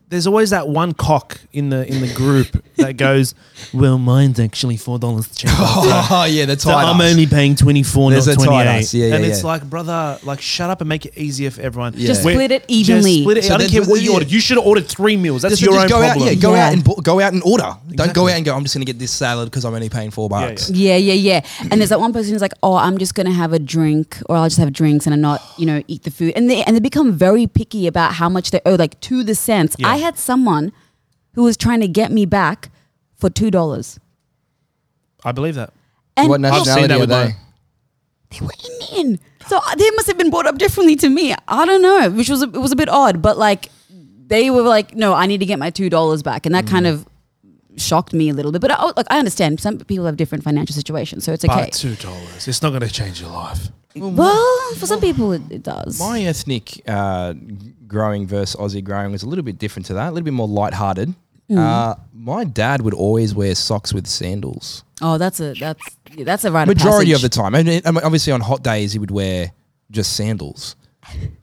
Speaker 4: there's always that one cock in the in the group that goes, "Well, mine's actually four dollars cheaper."
Speaker 2: Oh yeah, that's
Speaker 4: So I'm only paying 24,
Speaker 2: There's
Speaker 4: not
Speaker 2: a
Speaker 4: 28.
Speaker 2: tight ass. Yeah, yeah,
Speaker 4: and it's
Speaker 2: yeah.
Speaker 4: like, brother, like shut up and make it easier for everyone.
Speaker 2: Just
Speaker 4: We're-
Speaker 3: split it evenly.
Speaker 4: Just split it.
Speaker 2: So
Speaker 4: I don't
Speaker 2: that's
Speaker 4: care
Speaker 2: what-
Speaker 4: what you
Speaker 2: yeah.
Speaker 4: ordered. You should have ordered three meals. That's
Speaker 2: That's
Speaker 4: your
Speaker 2: just
Speaker 4: own
Speaker 2: go
Speaker 4: problem.
Speaker 2: Out, yeah, go
Speaker 3: Yeah.
Speaker 2: out and bo- go out and order. Don't go
Speaker 4: Exactly.
Speaker 2: out and go. I'm just gonna get this salad because I'm only paying four
Speaker 4: Yeah,
Speaker 2: bucks.
Speaker 4: yeah.
Speaker 3: Yeah, yeah, yeah. And there's that one person who's like, "Oh, I'm just gonna have a drink, or I'll just have drinks, and I'm not, you know, eat the food." And they and they become very picky about how much they owe, like to the cents. I
Speaker 4: Yeah.
Speaker 3: had someone who was trying to get me back for two dollars,
Speaker 4: I believe that.
Speaker 3: and
Speaker 2: What
Speaker 4: I've seen
Speaker 2: nationality
Speaker 4: that
Speaker 2: are
Speaker 4: with
Speaker 2: they?
Speaker 4: my-
Speaker 3: they were Indian, so uh, they must have been brought up differently to me. I don't know, which was a, it was a bit odd, but like they were like, "No, I need to get my two dollars back," and that kind of shocked me a little bit. But I, like, I understand some people have different financial situations, so it's okay.
Speaker 4: But two dollars. It's not going to change your life.
Speaker 3: well, for some people, it, it does.
Speaker 2: My ethnic uh, growing versus Aussie growing was a little bit different to that. A little bit more lighthearted.
Speaker 3: Mm.
Speaker 2: Uh, my dad would always wear socks with sandals.
Speaker 3: Oh, that's a that's yeah, that's a right.
Speaker 2: Majority of the time, and it- and obviously on hot days he would wear just sandals,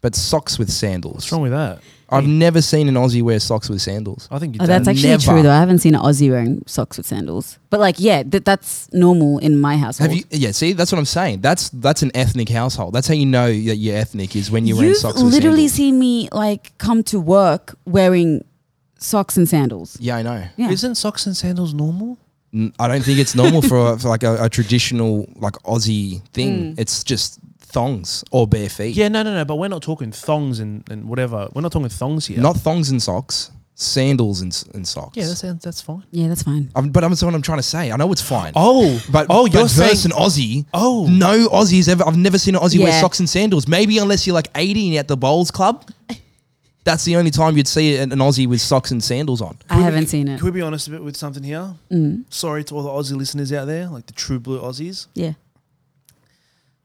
Speaker 2: but socks with
Speaker 4: What's
Speaker 2: sandals.
Speaker 4: wrong with that?
Speaker 2: I've never seen an Aussie wear socks with sandals.
Speaker 4: I think you
Speaker 3: Oh, that's actually
Speaker 2: Never.
Speaker 3: true though. I haven't seen an Aussie wearing socks with sandals, but like, yeah, th- that's normal in my household.
Speaker 2: Have you? Yeah. See, that's what I'm saying. That's that's an ethnic household. That's how you know that you're ethnic is when you're wearing
Speaker 3: You've
Speaker 2: socks with
Speaker 3: literally
Speaker 2: sandals.
Speaker 3: seen me like come to work wearing socks and sandals.
Speaker 2: yeah, I know.
Speaker 3: Yeah.
Speaker 4: Isn't socks and sandals normal?
Speaker 2: N- I don't think it's normal for, for like a, a traditional like Aussie
Speaker 3: Mm.
Speaker 2: thing. It's just thongs or bare feet.
Speaker 4: Yeah, no, no, no. But we're not talking thongs and, and whatever. We're not talking thongs here.
Speaker 2: Not thongs and socks, sandals and, s- and socks.
Speaker 4: Yeah, that sounds that's fine.
Speaker 3: Yeah, that's fine.
Speaker 2: I'm, but I'm that's what I'm trying to say. I know it's fine.
Speaker 4: Oh,
Speaker 2: But
Speaker 4: oh,
Speaker 2: but
Speaker 4: you're saying
Speaker 2: versus an Aussie.
Speaker 4: Oh.
Speaker 2: no Aussies ever. I've never seen an Aussie
Speaker 3: Yeah.
Speaker 2: wear socks and sandals. Maybe unless you're like 18 at the bowls club, that's the only time you'd see an, an Aussie with socks and sandals on.
Speaker 3: I haven't seen it.
Speaker 4: Can we be honest a bit with something here? Sorry to all the Aussie listeners out there, like the true blue Aussies.
Speaker 3: Yeah,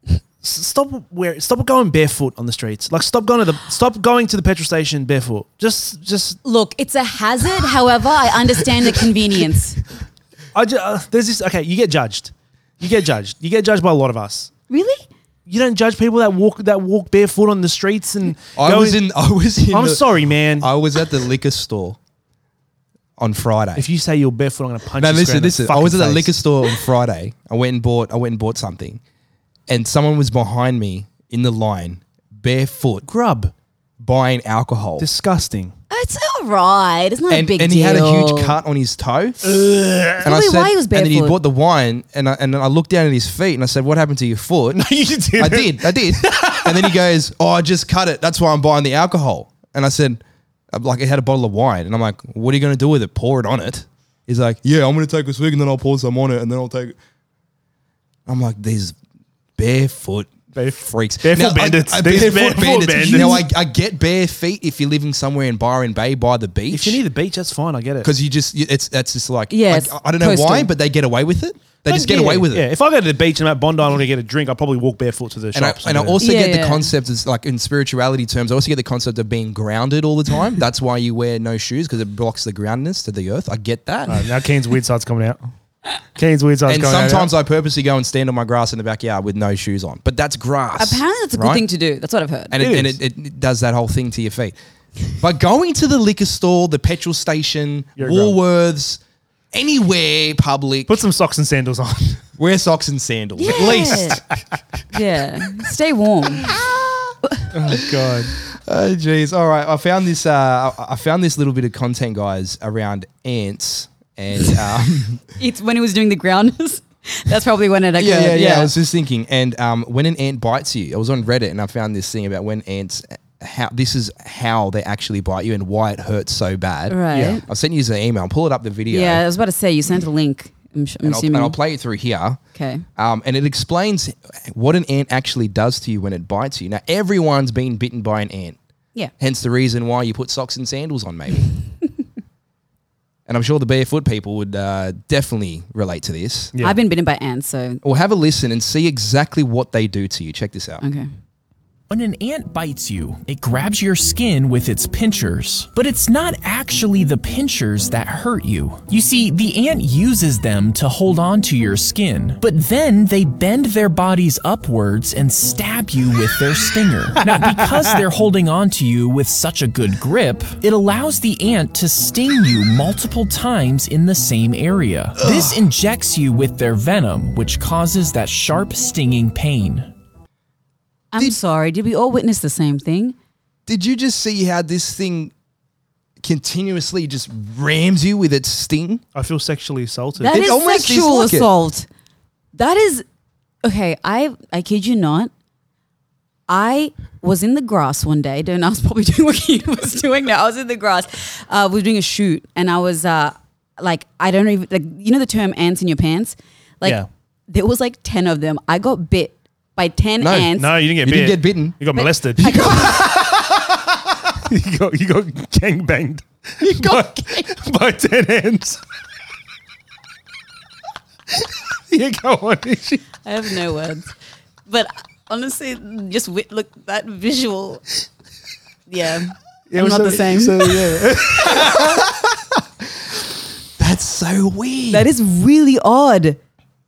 Speaker 4: S- Stop wear, stop going barefoot on the streets. Like stop going to the stop going to the petrol station barefoot. Just just
Speaker 3: look, it's a hazard. However, I understand the convenience.
Speaker 4: I just, uh, there's this okay, you get judged. You get judged. You get judged by a lot of us.
Speaker 3: Really?
Speaker 4: You don't judge people that walk that walk barefoot on the streets and
Speaker 2: I
Speaker 4: go
Speaker 2: was in. I was in.
Speaker 4: I'm
Speaker 2: the-
Speaker 4: sorry, man.
Speaker 2: I was at the liquor store on Friday.
Speaker 4: if you say you're barefoot, I'm gonna punch
Speaker 2: no,
Speaker 4: you.
Speaker 2: listen, listen. I was at the
Speaker 4: that
Speaker 2: liquor store on Friday. I went and bought. I went and bought something, and someone was behind me in the line, barefoot,
Speaker 4: grub.
Speaker 2: buying alcohol.
Speaker 4: Disgusting.
Speaker 3: It's all right. It's not a
Speaker 2: and
Speaker 3: big
Speaker 2: and
Speaker 3: deal.
Speaker 2: he had a huge cut on his toe. and
Speaker 3: Probably why he was
Speaker 2: And then he
Speaker 3: barefoot.
Speaker 2: bought the wine, and I, and then I looked down at his feet, and I said, "What happened to your foot?"
Speaker 4: you did.
Speaker 2: I did, I did. and then he goes, "Oh, I just cut it. That's why I'm buying the alcohol." And I said, I'm "Like it had a bottle of wine," and I'm like, "What are you going to do with it? Pour it on it?" He's like, "Yeah, I'm going to take a swig, and then I'll pour some on it, and then I'll take." it. I'm like, "These barefoot." freaks,
Speaker 4: barefoot
Speaker 2: I-
Speaker 4: bandits.
Speaker 2: I-
Speaker 4: These
Speaker 2: barefoot,
Speaker 4: barefoot
Speaker 2: bandits.
Speaker 4: bandits.
Speaker 2: Now I, I get bare feet if you're living somewhere in Byron Bay by the beach
Speaker 4: If you need the beach, that's fine. I get it.
Speaker 2: because you just you, it's that's just like
Speaker 3: Yeah,
Speaker 2: I-
Speaker 3: it's
Speaker 2: I, don't know
Speaker 3: coastal.
Speaker 2: why, but they get away with it. They
Speaker 4: Like,
Speaker 2: just get
Speaker 4: yeah,
Speaker 2: away with
Speaker 4: Yeah,
Speaker 2: it.
Speaker 4: if I go to the beach and I'm at Bondi and I want to get a drink, I'll probably walk barefoot to the
Speaker 2: And I,
Speaker 4: shops.
Speaker 2: and I
Speaker 4: do that.
Speaker 2: also
Speaker 3: Yeah,
Speaker 2: get the
Speaker 3: yeah.
Speaker 2: concept is like in spirituality terms. I also get the concept of being grounded all the time. That's why you wear no shoes because it blocks the groundedness to the earth. I get that.
Speaker 4: Alright, now Keen's weird side's coming out. Keen's weird side's
Speaker 2: And
Speaker 4: going over.
Speaker 2: sometimes I purposely go and stand on my grass in the backyard with no shoes on. But that's grass.
Speaker 3: Apparently, that's a good
Speaker 2: right?
Speaker 3: thing to do. That's what I've heard.
Speaker 2: and
Speaker 4: It
Speaker 2: it, and
Speaker 4: is.
Speaker 2: it, it does that whole thing to your feet. But going to the liquor store, the petrol station,
Speaker 4: You're a girl.
Speaker 2: Woolworths, anywhere public,
Speaker 4: Put some socks and sandals on.
Speaker 2: wear socks and sandals
Speaker 3: Yeah.
Speaker 2: at least.
Speaker 3: yeah, stay warm.
Speaker 2: Ah.
Speaker 4: oh God.
Speaker 2: Oh, jeez. All right, I found this. Uh, I I found this little bit of content, guys, around ants and um,
Speaker 3: It's when he was doing the grounders. That's probably when it occurred.
Speaker 2: yeah, yeah, yeah, I was just thinking, and um, when an ant bites you, I was on Reddit and I found this thing about when ants, how this is how they actually bite you and why it hurts so bad.
Speaker 3: Right. Yeah.
Speaker 2: I'll send you the email. Pull it up the video.
Speaker 3: Yeah, I was about to say you sent a link. I'm, sh- I'm
Speaker 2: and I'll, and
Speaker 3: assuming.
Speaker 2: I'll play it through here.
Speaker 3: Okay.
Speaker 2: Um, and it explains what an ant actually does to you when it bites you. Now, everyone's been bitten by an ant,
Speaker 3: yeah.
Speaker 2: hence the reason why you put socks and sandals on, maybe. and I'm sure the barefoot people would uh, definitely relate to this.
Speaker 4: Yeah.
Speaker 3: I've been bitten by ants, so
Speaker 2: Or have a listen and see exactly what they do to you. Check this out.
Speaker 3: okay.
Speaker 5: When an ant bites you, it grabs your skin with its pinchers. But it's not actually the pinchers that hurt you. You see, the ant uses them to hold on to your skin, but then they bend their bodies upwards and stab you with their stinger. Now, because they're holding on to you with such a good grip, it allows the ant to sting you multiple times in the same area. This injects you with their venom, which causes that sharp stinging pain.
Speaker 3: I'm sorry. Did we all witness the same thing?
Speaker 2: Did you just see how this thing continuously just rams you with its sting?
Speaker 4: I feel sexually assaulted.
Speaker 3: That
Speaker 2: It
Speaker 3: is
Speaker 2: almost is
Speaker 3: sexual
Speaker 2: like it.
Speaker 3: assault. That is okay. I I kid you not. I was in the grass one day. Don't ask probably doing what he was doing. Now I was in the grass. Uh, we were doing a shoot, and I was uh, like, I don't even like you know the term ants in your pants. Like
Speaker 4: Yeah.
Speaker 3: there was like ten of them. I got bit by ten
Speaker 2: No,
Speaker 3: ants.
Speaker 4: no, you didn't get
Speaker 2: You
Speaker 4: bit.
Speaker 2: didn't get bitten.
Speaker 4: You got molested.
Speaker 3: I got,
Speaker 4: you got you got gang banged
Speaker 3: I got
Speaker 4: by ten ants. you go on. Ishi.
Speaker 3: I have no words. But honestly, just wit- look that visual. Yeah,
Speaker 4: Yeah,
Speaker 3: I'm
Speaker 4: so-
Speaker 3: not the same.
Speaker 4: So yeah,
Speaker 2: That's so weird.
Speaker 3: That is really odd.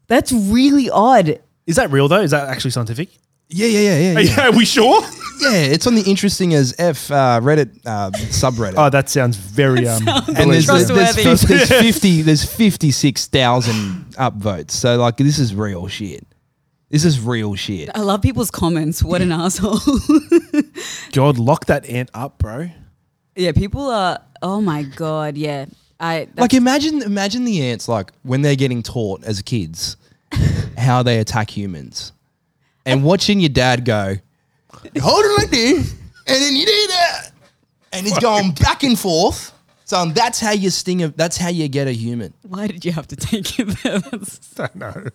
Speaker 3: That's really odd.
Speaker 4: is that real though? Is that actually scientific?
Speaker 2: yeah, yeah, yeah, yeah. yeah.
Speaker 4: Yeah, are we sure?
Speaker 2: Yeah, it's on the interesting as F uh, Reddit uh, subreddit.
Speaker 4: Oh, that sounds very um.
Speaker 2: and there's, there's, there's,
Speaker 3: Trustworthy.
Speaker 2: fif- there's 50 there's 56,000 upvotes. So like this is real shit. This is real shit.
Speaker 3: I love people's comments. What an asshole.
Speaker 4: God, lock that ant up, bro.
Speaker 3: yeah, people are. Oh my god. Yeah, I. That's,
Speaker 2: Like imagine imagine the ants like when they're getting taught as kids how they attack humans. And watching your dad go, hold it like this, and then you do that. And it's going back and forth. So that's how you sting a, that's how you get a human.
Speaker 3: why did you have to take it there? That's-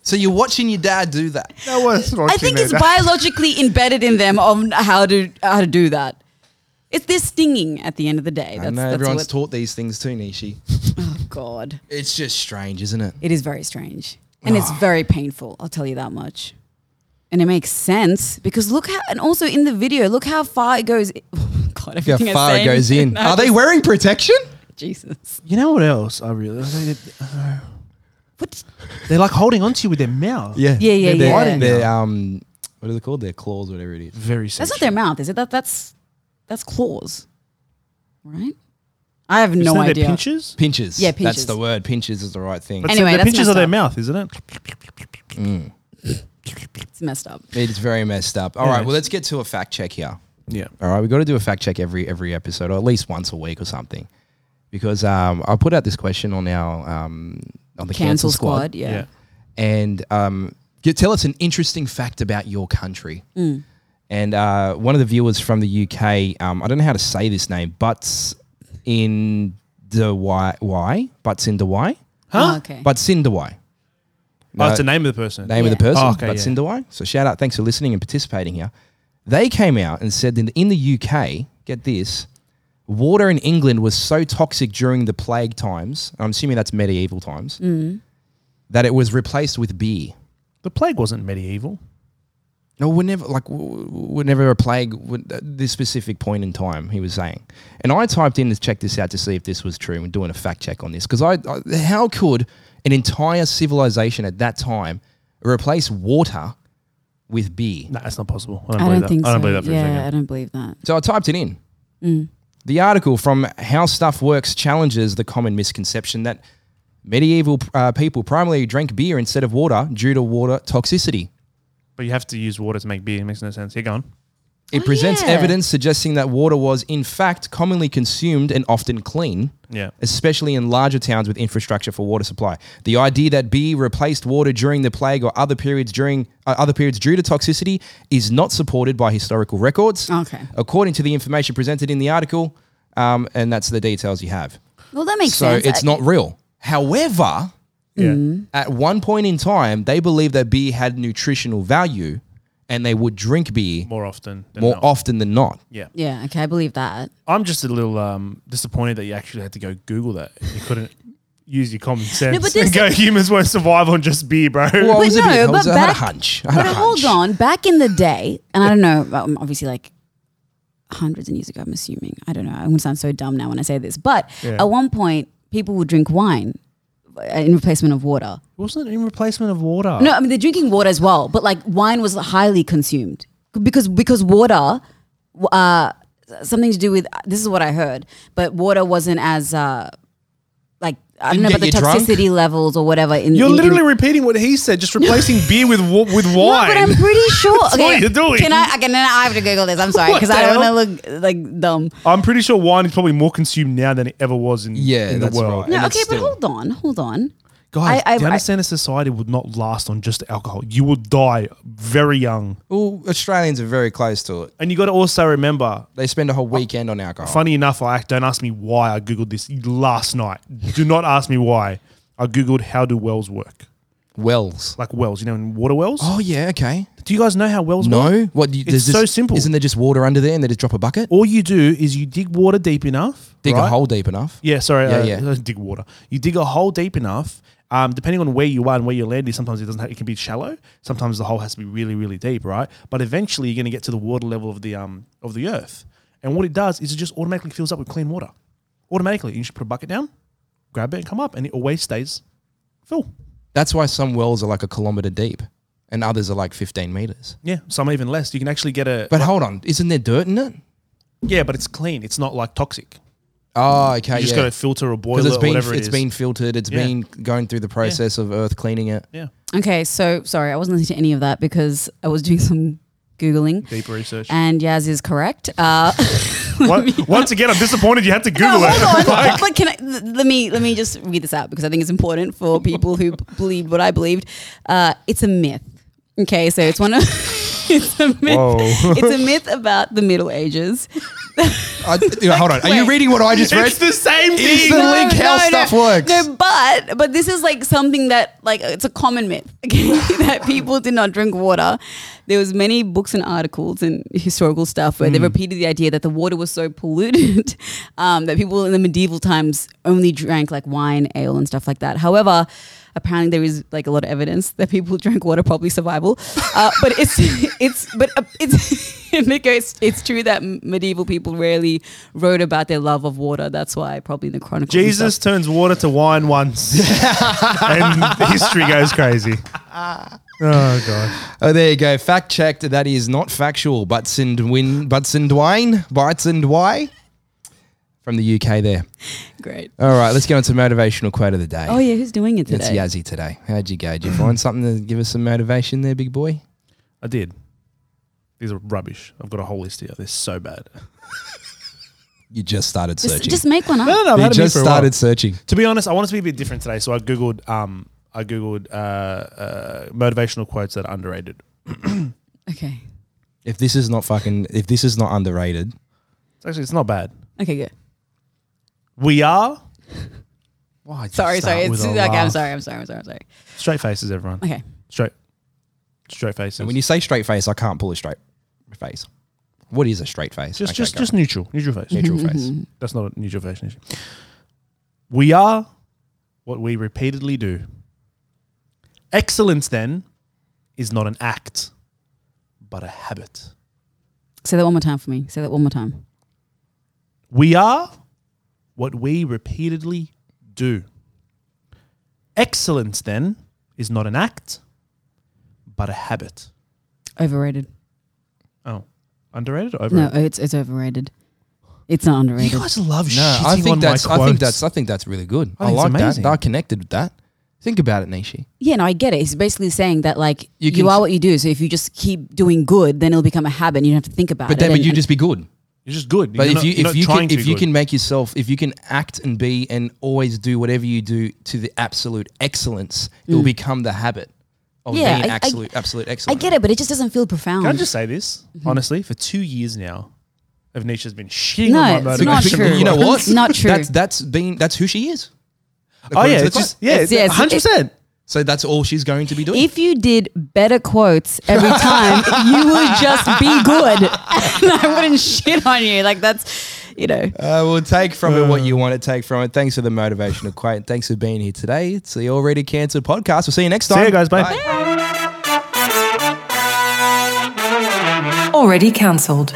Speaker 2: So you're watching your dad do that.
Speaker 4: That was
Speaker 3: I think it's biologically embedded in them on how to how to do that. It's their stinging at the end of the day. That's,
Speaker 2: I know
Speaker 3: that's
Speaker 2: everyone's
Speaker 3: what,
Speaker 2: taught these things too, Nishi.
Speaker 3: Oh god,
Speaker 2: It's just strange, isn't it?
Speaker 3: it is very strange and it's
Speaker 2: Ah.
Speaker 3: very painful. I'll tell you that much. And it makes sense because look how, and also in the video, look how far it goes. Oh my god,
Speaker 2: How
Speaker 3: everything I
Speaker 2: far
Speaker 3: say-
Speaker 2: it goes in.
Speaker 3: No,
Speaker 2: Are they wearing protection?
Speaker 3: Jesus.
Speaker 4: You know what else? I really
Speaker 3: What?
Speaker 4: they're like holding onto you with their mouth.
Speaker 3: Yeah, yeah,
Speaker 2: they're,
Speaker 3: yeah.
Speaker 2: They're, they're, um, what are they called? Their claws, whatever it is.
Speaker 4: very.
Speaker 3: That's not their mouth, is it? That that's that's claws, right? I have no idea.
Speaker 4: Their pinches.
Speaker 2: Pinches.
Speaker 3: Yeah,
Speaker 2: That's
Speaker 3: pinches.
Speaker 2: the word. Pinches is the right thing.
Speaker 3: But- Anyway,
Speaker 4: the
Speaker 3: that's
Speaker 4: pinches
Speaker 3: messed
Speaker 4: are their
Speaker 3: up.
Speaker 4: mouth, isn't it?
Speaker 3: It's messed up.
Speaker 2: It's very messed up. All right,
Speaker 4: Yeah.
Speaker 2: well, let's get to a fact check here.
Speaker 4: Yeah.
Speaker 2: All right, we've got to do a fact check every every episode, or at least once a week or something, because um, I put out this question on our um, on the
Speaker 3: Cancel, squad.
Speaker 4: Yeah.
Speaker 3: Yeah.
Speaker 2: and um, get, tell us an interesting fact about your country.
Speaker 3: Mm.
Speaker 2: And uh, one of the viewers from the UK, um, I don't know how to say this name, Butts in the Y, Y Butts in the Y,
Speaker 3: Huh? okay.
Speaker 2: Butts in the Y.
Speaker 4: Oh, it's the name of the person.
Speaker 2: Name of the
Speaker 3: Yeah.
Speaker 2: person,
Speaker 4: Oh, okay,
Speaker 2: Butts
Speaker 4: yeah.
Speaker 2: in the Y. So shout out, thanks for listening and participating here. They came out and said that in the UK, get this, water in England was so toxic during the plague times. I'm assuming that's medieval times.
Speaker 3: Mm.
Speaker 2: That it was replaced with beer.
Speaker 4: The plague wasn't medieval.
Speaker 2: No, we're never like w- w- we're never a plague would- at this specific point in time. He was saying, and I typed in to check this out to see if this was true. and doing a fact check on this because I, I how could an entire civilization at that time replace water with beer.
Speaker 4: Nah, it's not possible. I don't,
Speaker 3: I
Speaker 4: believe
Speaker 3: don't
Speaker 4: that.
Speaker 3: think so.
Speaker 4: I don't believe that for
Speaker 3: yeah,
Speaker 4: a second.
Speaker 3: I don't believe that.
Speaker 2: So I typed it in. The article from How Stuff Works challenges the common misconception that medieval uh, people primarily drank beer instead of water due to water toxicity.
Speaker 4: But you have to use water to make beer. It makes no sense. You're going.
Speaker 2: It
Speaker 3: Oh,
Speaker 2: presents
Speaker 3: yeah.
Speaker 2: evidence suggesting that water was, in fact, commonly consumed and often clean,
Speaker 4: Yeah.
Speaker 2: especially in larger towns with infrastructure for water supply. The idea that beer replaced water during the plague or other periods during uh, other periods due to toxicity is not supported by historical records.
Speaker 3: Okay.
Speaker 2: according to the information presented in the article, um, and that's the details you have.
Speaker 3: Well, that makes
Speaker 2: so
Speaker 3: sense.
Speaker 2: it's not real. However,
Speaker 4: Yeah.
Speaker 3: Mm.
Speaker 2: at one point in time, they believed that beer had nutritional value, and they would drink beer
Speaker 4: More often. Than
Speaker 2: more
Speaker 4: not.
Speaker 2: often than not.
Speaker 4: Yeah.
Speaker 3: Yeah. Okay, I believe that.
Speaker 4: I'm just a little um, disappointed that you actually had to go Google that. You couldn't use your common sense
Speaker 3: but
Speaker 4: and
Speaker 3: this-
Speaker 4: go, humans won't survive on just beer, bro.
Speaker 2: Well, I
Speaker 3: But
Speaker 2: was a
Speaker 3: no,
Speaker 2: bit- I
Speaker 3: but
Speaker 2: was- I had a
Speaker 3: back-
Speaker 2: hunch. I had
Speaker 3: But
Speaker 2: a
Speaker 3: hold
Speaker 2: hunch.
Speaker 3: on, back in the day, and I don't know, um, obviously, like hundreds of years ago, I'm assuming. I don't know. I'm going to sound so dumb now when I say this, but
Speaker 4: Yeah.
Speaker 3: at one point, people would drink wine uh, in replacement of water.
Speaker 4: wasn't it in replacement of water?
Speaker 3: No, I mean they're drinking water as well, but like wine was highly consumed because because water, uh, something to do with this is what I heard, but water wasn't as uh, like I don't
Speaker 2: Didn't
Speaker 3: know about the
Speaker 2: get you drunk?
Speaker 3: toxicity levels or whatever. In
Speaker 4: You're
Speaker 3: in- in-
Speaker 4: literally repeating what he said, just replacing beer with wa- with wine.
Speaker 3: No, but I'm pretty sure.
Speaker 4: That's what you're doing.
Speaker 3: Can I? Okay, no, no, I have to Google this. I'm sorry
Speaker 4: What
Speaker 3: because
Speaker 4: the
Speaker 3: I don't want
Speaker 4: hell?
Speaker 3: to look like dumb.
Speaker 4: I'm pretty sure wine is probably more consumed now than it ever was in,
Speaker 2: Yeah,
Speaker 4: in the
Speaker 2: that's
Speaker 4: world.
Speaker 2: right.
Speaker 3: No,
Speaker 2: And it's
Speaker 3: okay, but
Speaker 2: still-
Speaker 3: hold on, hold on.
Speaker 4: Guys,
Speaker 3: I- I-
Speaker 4: the
Speaker 3: I-
Speaker 4: understanding society would not last on just alcohol. You will die very young.
Speaker 2: Well, Australians are very close to it.
Speaker 4: And you got to also remember,
Speaker 2: They spend a whole weekend on alcohol.
Speaker 4: funny enough, I don't ask me why I Googled this last night. Do not ask me why. I Googled how do wells work?
Speaker 2: Wells.
Speaker 4: Like wells, you know, in water wells?
Speaker 2: Oh yeah, okay.
Speaker 4: Do you guys know how wells work?
Speaker 2: No, what? do You,
Speaker 4: It's
Speaker 2: there's
Speaker 4: so
Speaker 2: just-
Speaker 4: simple.
Speaker 2: Isn't there just water under there, and they just drop a bucket,
Speaker 4: All you do is you dig water deep enough.
Speaker 2: dig a
Speaker 4: right?
Speaker 2: hole deep enough?
Speaker 4: Yeah, sorry.
Speaker 2: Yeah,
Speaker 4: uh,
Speaker 2: yeah.
Speaker 4: Dig water. You dig a hole deep enough. Um, depending on where you are and where your land is, sometimes it doesn't. Have, it can be shallow. Sometimes the hole has to be really, really deep, right? But eventually, you're going to get to the water level of the um of the earth. And what it does is it just automatically fills up with clean water, automatically. You just put a bucket down, grab it, and come up, and it always stays full.
Speaker 2: That's why some wells are like a kilometer deep, and others are like 15 meters.
Speaker 4: Yeah, some even less. You can actually get a
Speaker 2: But hold on, isn't there dirt in it?
Speaker 4: yeah, but it's clean. It's not like toxic.
Speaker 2: Oh,
Speaker 4: You
Speaker 2: okay,
Speaker 4: just
Speaker 2: yeah.
Speaker 4: got to filter or boil
Speaker 2: Because
Speaker 4: it
Speaker 2: it's
Speaker 4: or
Speaker 2: been
Speaker 4: whatever it
Speaker 2: it's
Speaker 4: is.
Speaker 2: been filtered, It's
Speaker 4: Yeah.
Speaker 2: been going through the process of earth cleaning it.
Speaker 4: yeah,
Speaker 3: Okay, so sorry, I wasn't listening to any of that because I was doing some googling.
Speaker 4: deep research.
Speaker 3: And Yaz is correct. Uh,
Speaker 4: What- Once again, I'm disappointed you had to Google
Speaker 3: no,
Speaker 4: it.
Speaker 3: hold on. but can I, l- let me let me just read this out because I think it's important for people who believe what I believed. Uh, it's a myth. Okay, so it's one of it's a myth. It's a myth about the Middle Ages.
Speaker 2: I, you know, hold on, are you
Speaker 3: Wait.
Speaker 2: reading what I just read?
Speaker 4: It's the same
Speaker 2: It is
Speaker 4: thing.
Speaker 2: the link how stuff works.
Speaker 3: No, but but this is like something that like it's a common myth okay, that people did not drink water. There was many books and articles and historical stuff where they repeated the idea that the water was so polluted um, that people in the medieval times only drank like wine, ale, and stuff like that. However. Apparently, there is like a lot of evidence that people drank water probably survival, uh, but it's it's but uh, it's and it goes, it's true that medieval people rarely wrote about their love of water. That's why probably in the chronicles and stuff,
Speaker 4: Jesus turns water to wine once, and history goes crazy. Oh gosh!
Speaker 2: Oh, there you go. Fact checked. That is not factual. Butts and win. Butts and wine. Bites and why? From the UK. There.
Speaker 3: Great.
Speaker 2: All right. Let's go into motivational quote of the day.
Speaker 3: Oh yeah, who's doing it
Speaker 2: It's
Speaker 3: today?
Speaker 2: Yazzie today. How'd you go? Did you find something to give us some motivation there, big boy?
Speaker 4: I did. These are rubbish. I've got a whole list here. They're so bad.
Speaker 2: You just started
Speaker 3: Just,
Speaker 2: searching.
Speaker 3: just make one up.
Speaker 4: no,
Speaker 2: you just started searching.
Speaker 4: To be honest, I wanted to be a bit different today, so I googled. Um, I googled uh, uh, motivational quotes that are underrated.
Speaker 3: Okay.
Speaker 2: If this is not fucking, if this is not underrated,
Speaker 4: It's actually, it's not bad.
Speaker 3: Okay, good.
Speaker 4: We are.
Speaker 3: Sorry, sorry. It's, okay, I'm
Speaker 4: laugh?
Speaker 3: sorry. I'm sorry. I'm sorry. I'm sorry.
Speaker 4: Straight faces, everyone.
Speaker 3: Okay.
Speaker 4: Straight. Straight faces.
Speaker 2: when you say straight face, I can't pull a straight face. What is a straight face?
Speaker 4: Just,
Speaker 2: Okay,
Speaker 4: just,
Speaker 2: go
Speaker 4: just
Speaker 2: on.
Speaker 4: neutral, neutral face,
Speaker 2: Neutral face.
Speaker 4: That's not a neutral face. Neutral. We are what we repeatedly do. Excellence then is not an act, but a habit.
Speaker 3: Say that one more time for me. Say that one more time.
Speaker 4: We are what we repeatedly do. Excellence then is not an act, but a habit.
Speaker 3: Overrated.
Speaker 4: Oh, underrated or
Speaker 3: No,
Speaker 4: overrated?
Speaker 3: it's it's overrated. It's not underrated.
Speaker 4: You guys love
Speaker 2: No,
Speaker 4: shitting
Speaker 2: I
Speaker 4: on
Speaker 2: think that's
Speaker 4: my
Speaker 2: I
Speaker 4: quotes.
Speaker 2: think that's I think that's really good.
Speaker 4: I
Speaker 2: I,
Speaker 4: think it's
Speaker 2: like that.
Speaker 4: amazing.
Speaker 2: I connected with that. Think about it, Nishi.
Speaker 3: Yeah, no, I get it. It's basically saying that like
Speaker 2: You
Speaker 3: you,
Speaker 2: can-
Speaker 3: are what you do. So if you just keep doing good, then it'll become a habit. and You don't have to think about
Speaker 2: But
Speaker 3: it.
Speaker 2: then, but you
Speaker 3: and-
Speaker 2: just be good.
Speaker 4: You're just good.
Speaker 2: But
Speaker 4: You're
Speaker 2: if
Speaker 4: not-
Speaker 2: you
Speaker 4: you're
Speaker 2: if
Speaker 4: not
Speaker 2: you
Speaker 4: trying
Speaker 2: can
Speaker 4: too
Speaker 2: if you
Speaker 4: good.
Speaker 2: can make yourself if you can act and be and always do whatever you do to the absolute excellence, it will become the habit of
Speaker 3: Mm. Yeah,
Speaker 2: being
Speaker 3: I- I-
Speaker 2: absolute absolute
Speaker 3: I
Speaker 2: excellence.
Speaker 3: get it, but it just doesn't feel profound.
Speaker 4: Can I just say this
Speaker 3: Mm-hmm.
Speaker 4: honestly? For two years now, Avnisha's been shitting
Speaker 3: No,
Speaker 4: on my
Speaker 3: it's not
Speaker 4: motivation.
Speaker 3: true.
Speaker 2: You know what?
Speaker 3: It's not true.
Speaker 2: That's that's been that's who she is.
Speaker 4: Oh
Speaker 2: According
Speaker 4: yeah,
Speaker 2: to the
Speaker 4: it's just,
Speaker 2: quote.
Speaker 4: yeah,
Speaker 3: It's- yeah, it's-
Speaker 4: hundred percent.
Speaker 2: So that's all she's going to be doing.
Speaker 3: if you did better quotes every time, you would just be good, and I wouldn't shit on you. Like that's, you know,
Speaker 2: Uh, well, take from it what you want to take from it. Thanks for the motivational quote. Thanks for being here today. It's the Already Cancelled podcast. We'll see you next time.
Speaker 4: See you guys. Bye.
Speaker 1: Already cancelled.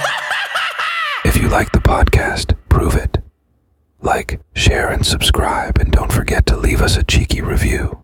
Speaker 6: If you like the podcast, prove it. Like, share, and subscribe, and don't forget to leave us a cheeky review.